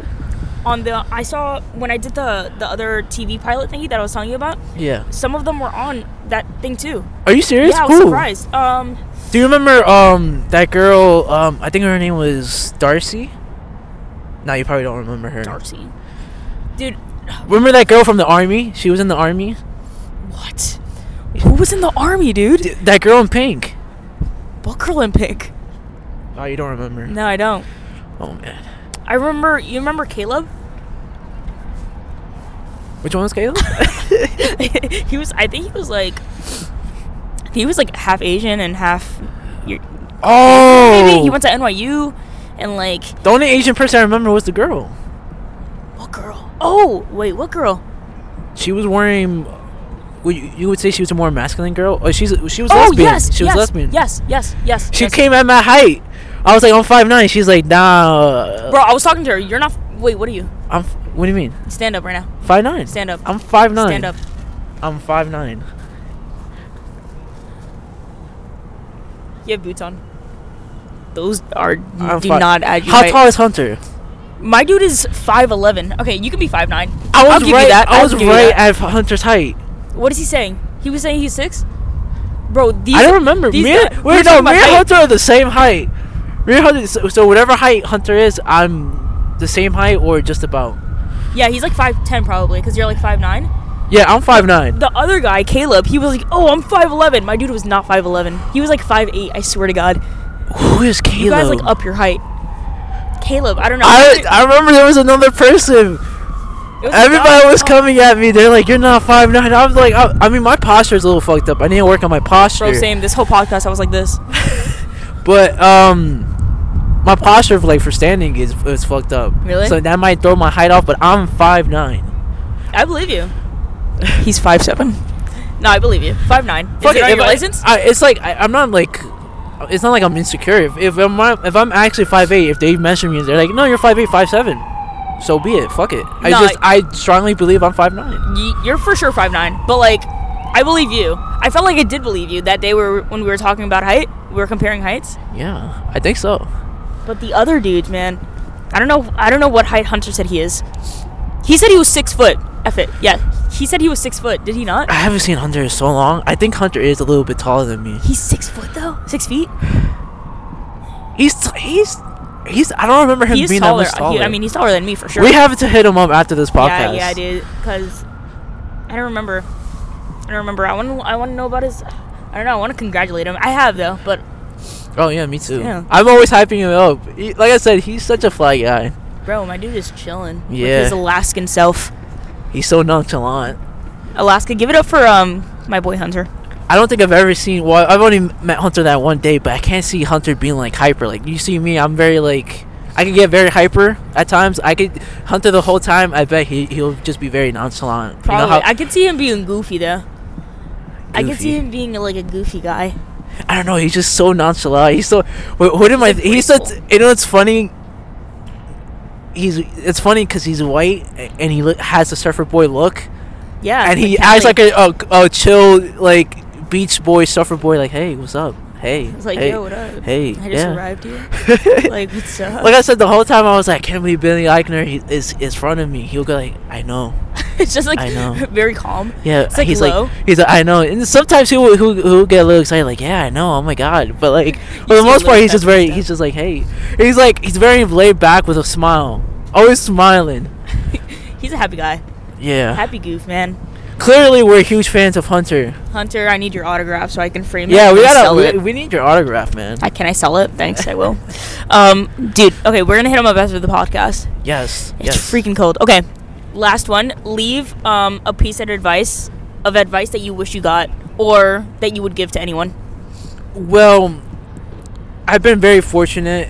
S1: on the I saw when I did the the other TV pilot thingy that I was telling you about,
S2: yeah.
S1: some of them were on that thing too.
S2: Are you serious?
S1: yeah, I was
S2: Who?
S1: surprised. Um
S2: Do you remember um that girl? Um, I think her name was Darcy. No, you probably don't remember her.
S1: Darcy. Dude,
S2: Remember that girl from the army? She was in the army.
S1: What? Who was in the army, dude?
S2: Th- that girl in pink.
S1: What girl in pink?
S2: Oh, you don't remember?
S1: No, I don't.
S2: Oh man.
S1: I remember. You remember Caleb? *laughs*
S2: Which one
S1: *laughs*
S2: was Caleb?
S1: he was. I think he was like. He was like half Asian and half.
S2: oh.
S1: Maybe he went to NYU, and like
S2: the only Asian person I remember was the girl.
S1: what girl? Oh wait, what girl?
S2: She was wearing. Well, you, you would say she was a more masculine girl. Oh, she's she was
S1: oh
S2: lesbian.
S1: yes,
S2: she was
S1: yes,
S2: lesbian.
S1: Yes, yes, yes.
S2: She
S1: yes.
S2: came at my height. I was like, I'm five nine. She's like, nah.
S1: Bro, I was talking to her. You're not. Wait, what are you?
S2: I'm. f- What do you mean?
S1: Stand up right now.
S2: Five nine.
S1: Stand up.
S2: I'm five nine.
S1: Stand up.
S2: I'm five nine.
S1: You have boots on. Those are
S2: I'm
S1: do
S2: fi-
S1: not add you.
S2: How
S1: right.
S2: tall is Hunter?
S1: My dude is five eleven. Okay, you can be five nine.
S2: I was
S1: I'll give you
S2: right.
S1: that.
S2: I
S1: I'll
S2: was
S1: give you
S2: right
S1: that.
S2: at Hunter's height.
S1: What is he saying? He was saying he's six. Bro, these
S2: I don't remember.
S1: these
S2: Me, and-
S1: guys-
S2: wait,
S1: we're
S2: no,
S1: talking
S2: me and
S1: about height.
S2: Hunter are the same height. Me and Hunter, so, so whatever height Hunter is, I'm the same height or just about.
S1: Yeah, he's like five ten probably because you're like five nine.
S2: Yeah, I'm five nine.
S1: The other guy, Caleb, he was like, oh, I'm five eleven. My dude was not five eleven. He was like five eight. I swear to God,
S2: Who is Caleb?
S1: you guys like up your height. Caleb, I don't know.
S2: I, I remember there was another person.
S1: It was a
S2: Everybody
S1: guy.
S2: was
S1: Oh,
S2: coming at me. They're like, "You're not five nine. I was like, I, I mean, my posture is a little fucked up. I need to work on my posture.
S1: Bro, same. This whole podcast, I was like
S2: *laughs*
S1: this.
S2: But um, my posture, like for standing, is is fucked up.
S1: Really?
S2: So that might throw my height off. But I'm five nine.
S1: I believe you. He's five seven. No, I believe you. Five nine. Is
S2: Fuck
S1: it on
S2: if
S1: your
S2: I-
S1: license?
S2: I, it's like I, I'm not like. It's not like I'm insecure. If, if I'm if I'm actually 5'8", if they measure me, they're like, no, you're 5'8", 5'7". So be it. Fuck it. I
S1: No,
S2: just I strongly believe I'm 5'9".
S1: Y- you're for sure five nine, but like, I believe you. I felt like I did believe you that day where when we were talking about height, we were comparing heights.
S2: Yeah, I think so.
S1: But the other dude, man, I don't know. I don't know what height Hunter said he is. He said he was six foot. F it. Yeah, he said he was six foot. Did he not?
S2: I haven't seen Hunter in so long. I think Hunter is a little bit taller than me.
S1: He's six foot though. Six feet.
S2: He's he's he's. *laughs* I don't remember him
S1: He's
S2: being
S1: taller.
S2: that much taller.
S1: He, I mean, he's taller than me for sure.
S2: we have to hit him up after this
S1: yeah,
S2: podcast.
S1: yeah, dude. Cause I don't remember. I don't remember. I want. I want to know about his. I don't know. I want to congratulate him. I have though, but
S2: Oh yeah, me too.
S1: Yeah.
S2: I'm always hyping him up. He- like I said, he's such a fly guy.
S1: bro, my dude is chilling
S2: Yeah.
S1: with his Alaskan self.
S2: He's so nonchalant.
S1: Alaska. Give it up for um my boy Hunter.
S2: I don't think I've ever seen. Well, I've only met Hunter that one day, but I can't see Hunter being like hyper. Like you see me, I'm very like. I can get very hyper at times. I could Hunter the whole time. I bet he he'll just be very nonchalant.
S1: Probably.
S2: You know how,
S1: I could see him being goofy though. I could see
S2: Goofy.
S1: him being like a goofy guy.
S2: I don't know. He's just so nonchalant. He's so. What, what am I?
S1: like,
S2: He's such.
S1: graceful.
S2: You know, it's funny. he's it's funny because he's white a- and he look, has the surfer boy look
S1: Yeah.
S2: *laughs* and
S1: I
S2: he
S1: can't
S2: acts
S1: wait.
S2: like a, a, a chill like beach boy surfer boy like hey what's up hey
S1: It's like,
S2: hey
S1: yo, what up?
S2: hey
S1: I just
S2: yeah *laughs*
S1: arrived here. *laughs* Like, what's up?
S2: like I said the whole time I was like can't believe Billy Eichner he, is is front of me he'll go like I know
S1: it's just like
S2: I know.
S1: *laughs* very calm.
S2: yeah
S1: It's, like,
S2: he's
S1: low.
S2: like he's like I know and sometimes he will he'll, he'll get a little excited like yeah I know oh my god
S1: *laughs*
S2: but like for
S1: just
S2: the
S1: get
S2: most part
S1: laid
S2: he's just
S1: back and
S2: very
S1: stuff.
S2: he's just like hey he's like he's very laid back with a smile always smiling
S1: He's a happy guy.
S2: yeah
S1: Happy goof, man.
S2: clearly we're huge fans of Hunter
S1: Hunter, I need your autograph so I can frame it.
S2: yeah we
S1: and
S2: gotta
S1: sell it.
S2: *laughs* we, we need your autograph man
S1: I, can I sell it? Thanks, I
S2: *laughs*
S1: will. Um, dude, okay, we're gonna hit him up after the podcast.
S2: yes
S1: It's
S2: yes
S1: freaking cold. Okay, last one. Leave um a piece of advice of advice that you wish you got or that you would give to anyone.
S2: Well, I've been very fortunate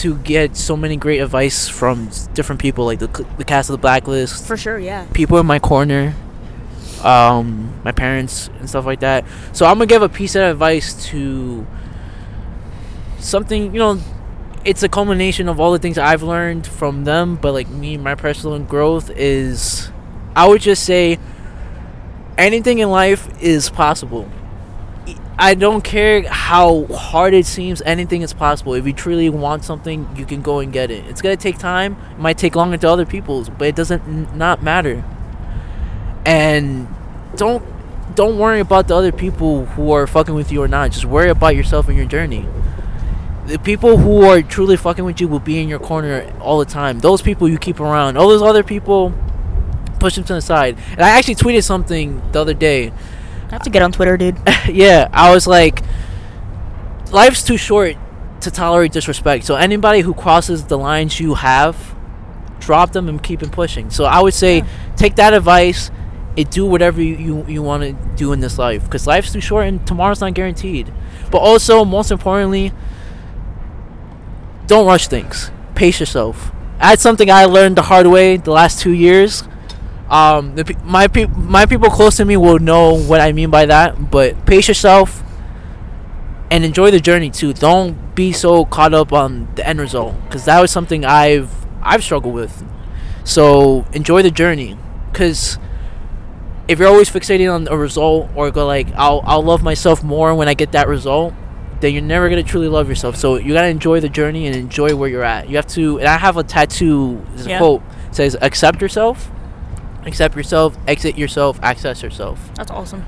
S2: to get so many great advice from s- different people, like the, c- the cast of the Blacklist,
S1: For sure, yeah.
S2: people in my corner, um, my parents, and stuff like that. So I'm gonna give a piece of advice to something, you know. It's a culmination of all the things I've learned from them, but like me, my personal growth is, I would just say, anything in life is possible. I don't care how hard it seems, anything is possible. If you truly want something, you can go and get it. It's gonna take time, it might take longer to other people's, but it doesn't n- not matter. And don't don't worry about the other people who are fucking with you or not. Just worry about yourself and your journey. The people who are truly fucking with you will be in your corner all the time. Those people you keep around. All those other people, push them to the side. And I actually tweeted something the other day
S1: I have to get on Twitter, *laughs* dude.
S2: *laughs* yeah, I was like, life's too short to tolerate disrespect. So anybody who crosses the lines you have, drop them and keep it pushing. So I would say, take that advice and do whatever you, you, you want to do in this life because life's too short and tomorrow's not guaranteed. But also, most importantly, don't rush things. Pace yourself. That's something I learned the hard way the last two years. Um, the, pe- my pe- my people close to me will know what I mean by that. But pace yourself and enjoy the journey too. Don't be so caught up on the end result because that was something I've I've struggled with. So enjoy the journey because if you're always fixated on a result or go like I'll I'll love myself more when I get that result, then you're never gonna truly love yourself. So you gotta enjoy the journey and enjoy where you're at. You have to. And I have a tattoo. This
S1: Yeah.
S2: quote it says accept yourself, accept yourself, exit yourself, access yourself.
S1: That's awesome.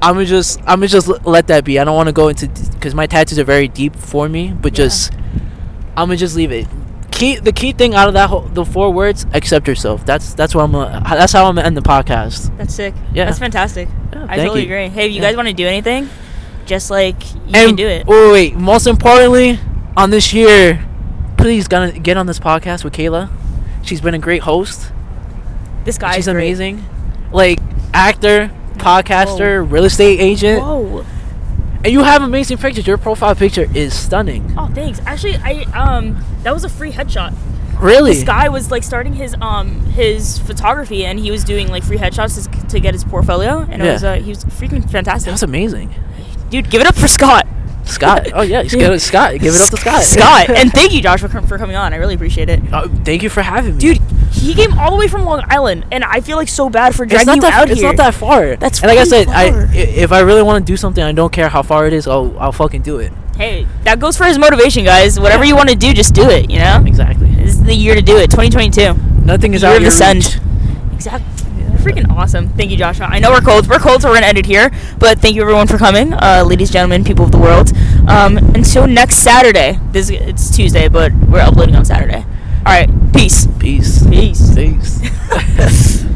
S2: I'm gonna just I'm gonna just l- let that be. I don't want to go into because my tattoos are very deep for me. But
S1: Yeah.
S2: just I'm gonna just leave it. Key the key thing out of that whole, the four words accept yourself. That's that's what I'm gonna, that's how I'm gonna end the podcast.
S1: That's sick.
S2: Yeah.
S1: That's fantastic.
S2: Yeah,
S1: I
S2: thank
S1: totally
S2: you.
S1: agree. Hey, if you
S2: Yeah.
S1: guys want to do anything, just like you can
S2: and oh,
S1: do it.
S2: Wait, wait, wait. most importantly, on this year, please gonna get on this podcast with Kayla. She's been a great host.
S1: This guy
S2: She's
S1: is great.
S2: amazing. Like actor, podcaster, real estate agent,
S1: Whoa.
S2: and you have amazing pictures. Your profile picture is stunning.
S1: Oh, thanks. Actually, I um that was a free headshot.
S2: Really.
S1: This guy was like starting his um his photography and he was doing like free headshots to, to get his portfolio and it
S2: Yeah.
S1: was uh, he was freaking fantastic.
S2: That was amazing.
S1: Dude, give it up for Scott.
S2: Scott. Oh yeah, just give it to Scott. Give it up to
S1: *laughs*
S2: Scott.
S1: Scott,
S2: *laughs*
S1: and thank you, Josh, for, com- for coming on. I really appreciate it.
S2: Uh, thank you for having me,
S1: Dude, he came all the way from Long Island, and I feel like so bad for
S2: It's
S1: dragging
S2: not
S1: you
S2: that.
S1: out
S2: it's
S1: here.
S2: not that far.
S1: That's
S2: and like I
S1: fucking
S2: said, I
S1: far.
S2: i- if I really want to do something, I don't care how far it is. I'll I'll fucking do it.
S1: Hey, that goes for his motivation, guys. Whatever you want to do, just do it. You know,
S2: Exactly.
S1: this is the year to do it. 2022.
S2: Nothing is
S1: Year
S2: out
S1: of
S2: your
S1: the sun.
S2: reach.
S1: Exactly. Freaking awesome. Thank you, Joshua. I know we're cold. We're cold, so we're going to end it here. But thank you, everyone, for coming. Uh, ladies, gentlemen, people of the world. Um, until next Saturday. This It's Tuesday, but we're uploading on Saturday. All right. Peace.
S2: Peace.
S1: Peace.
S2: *laughs* Peace.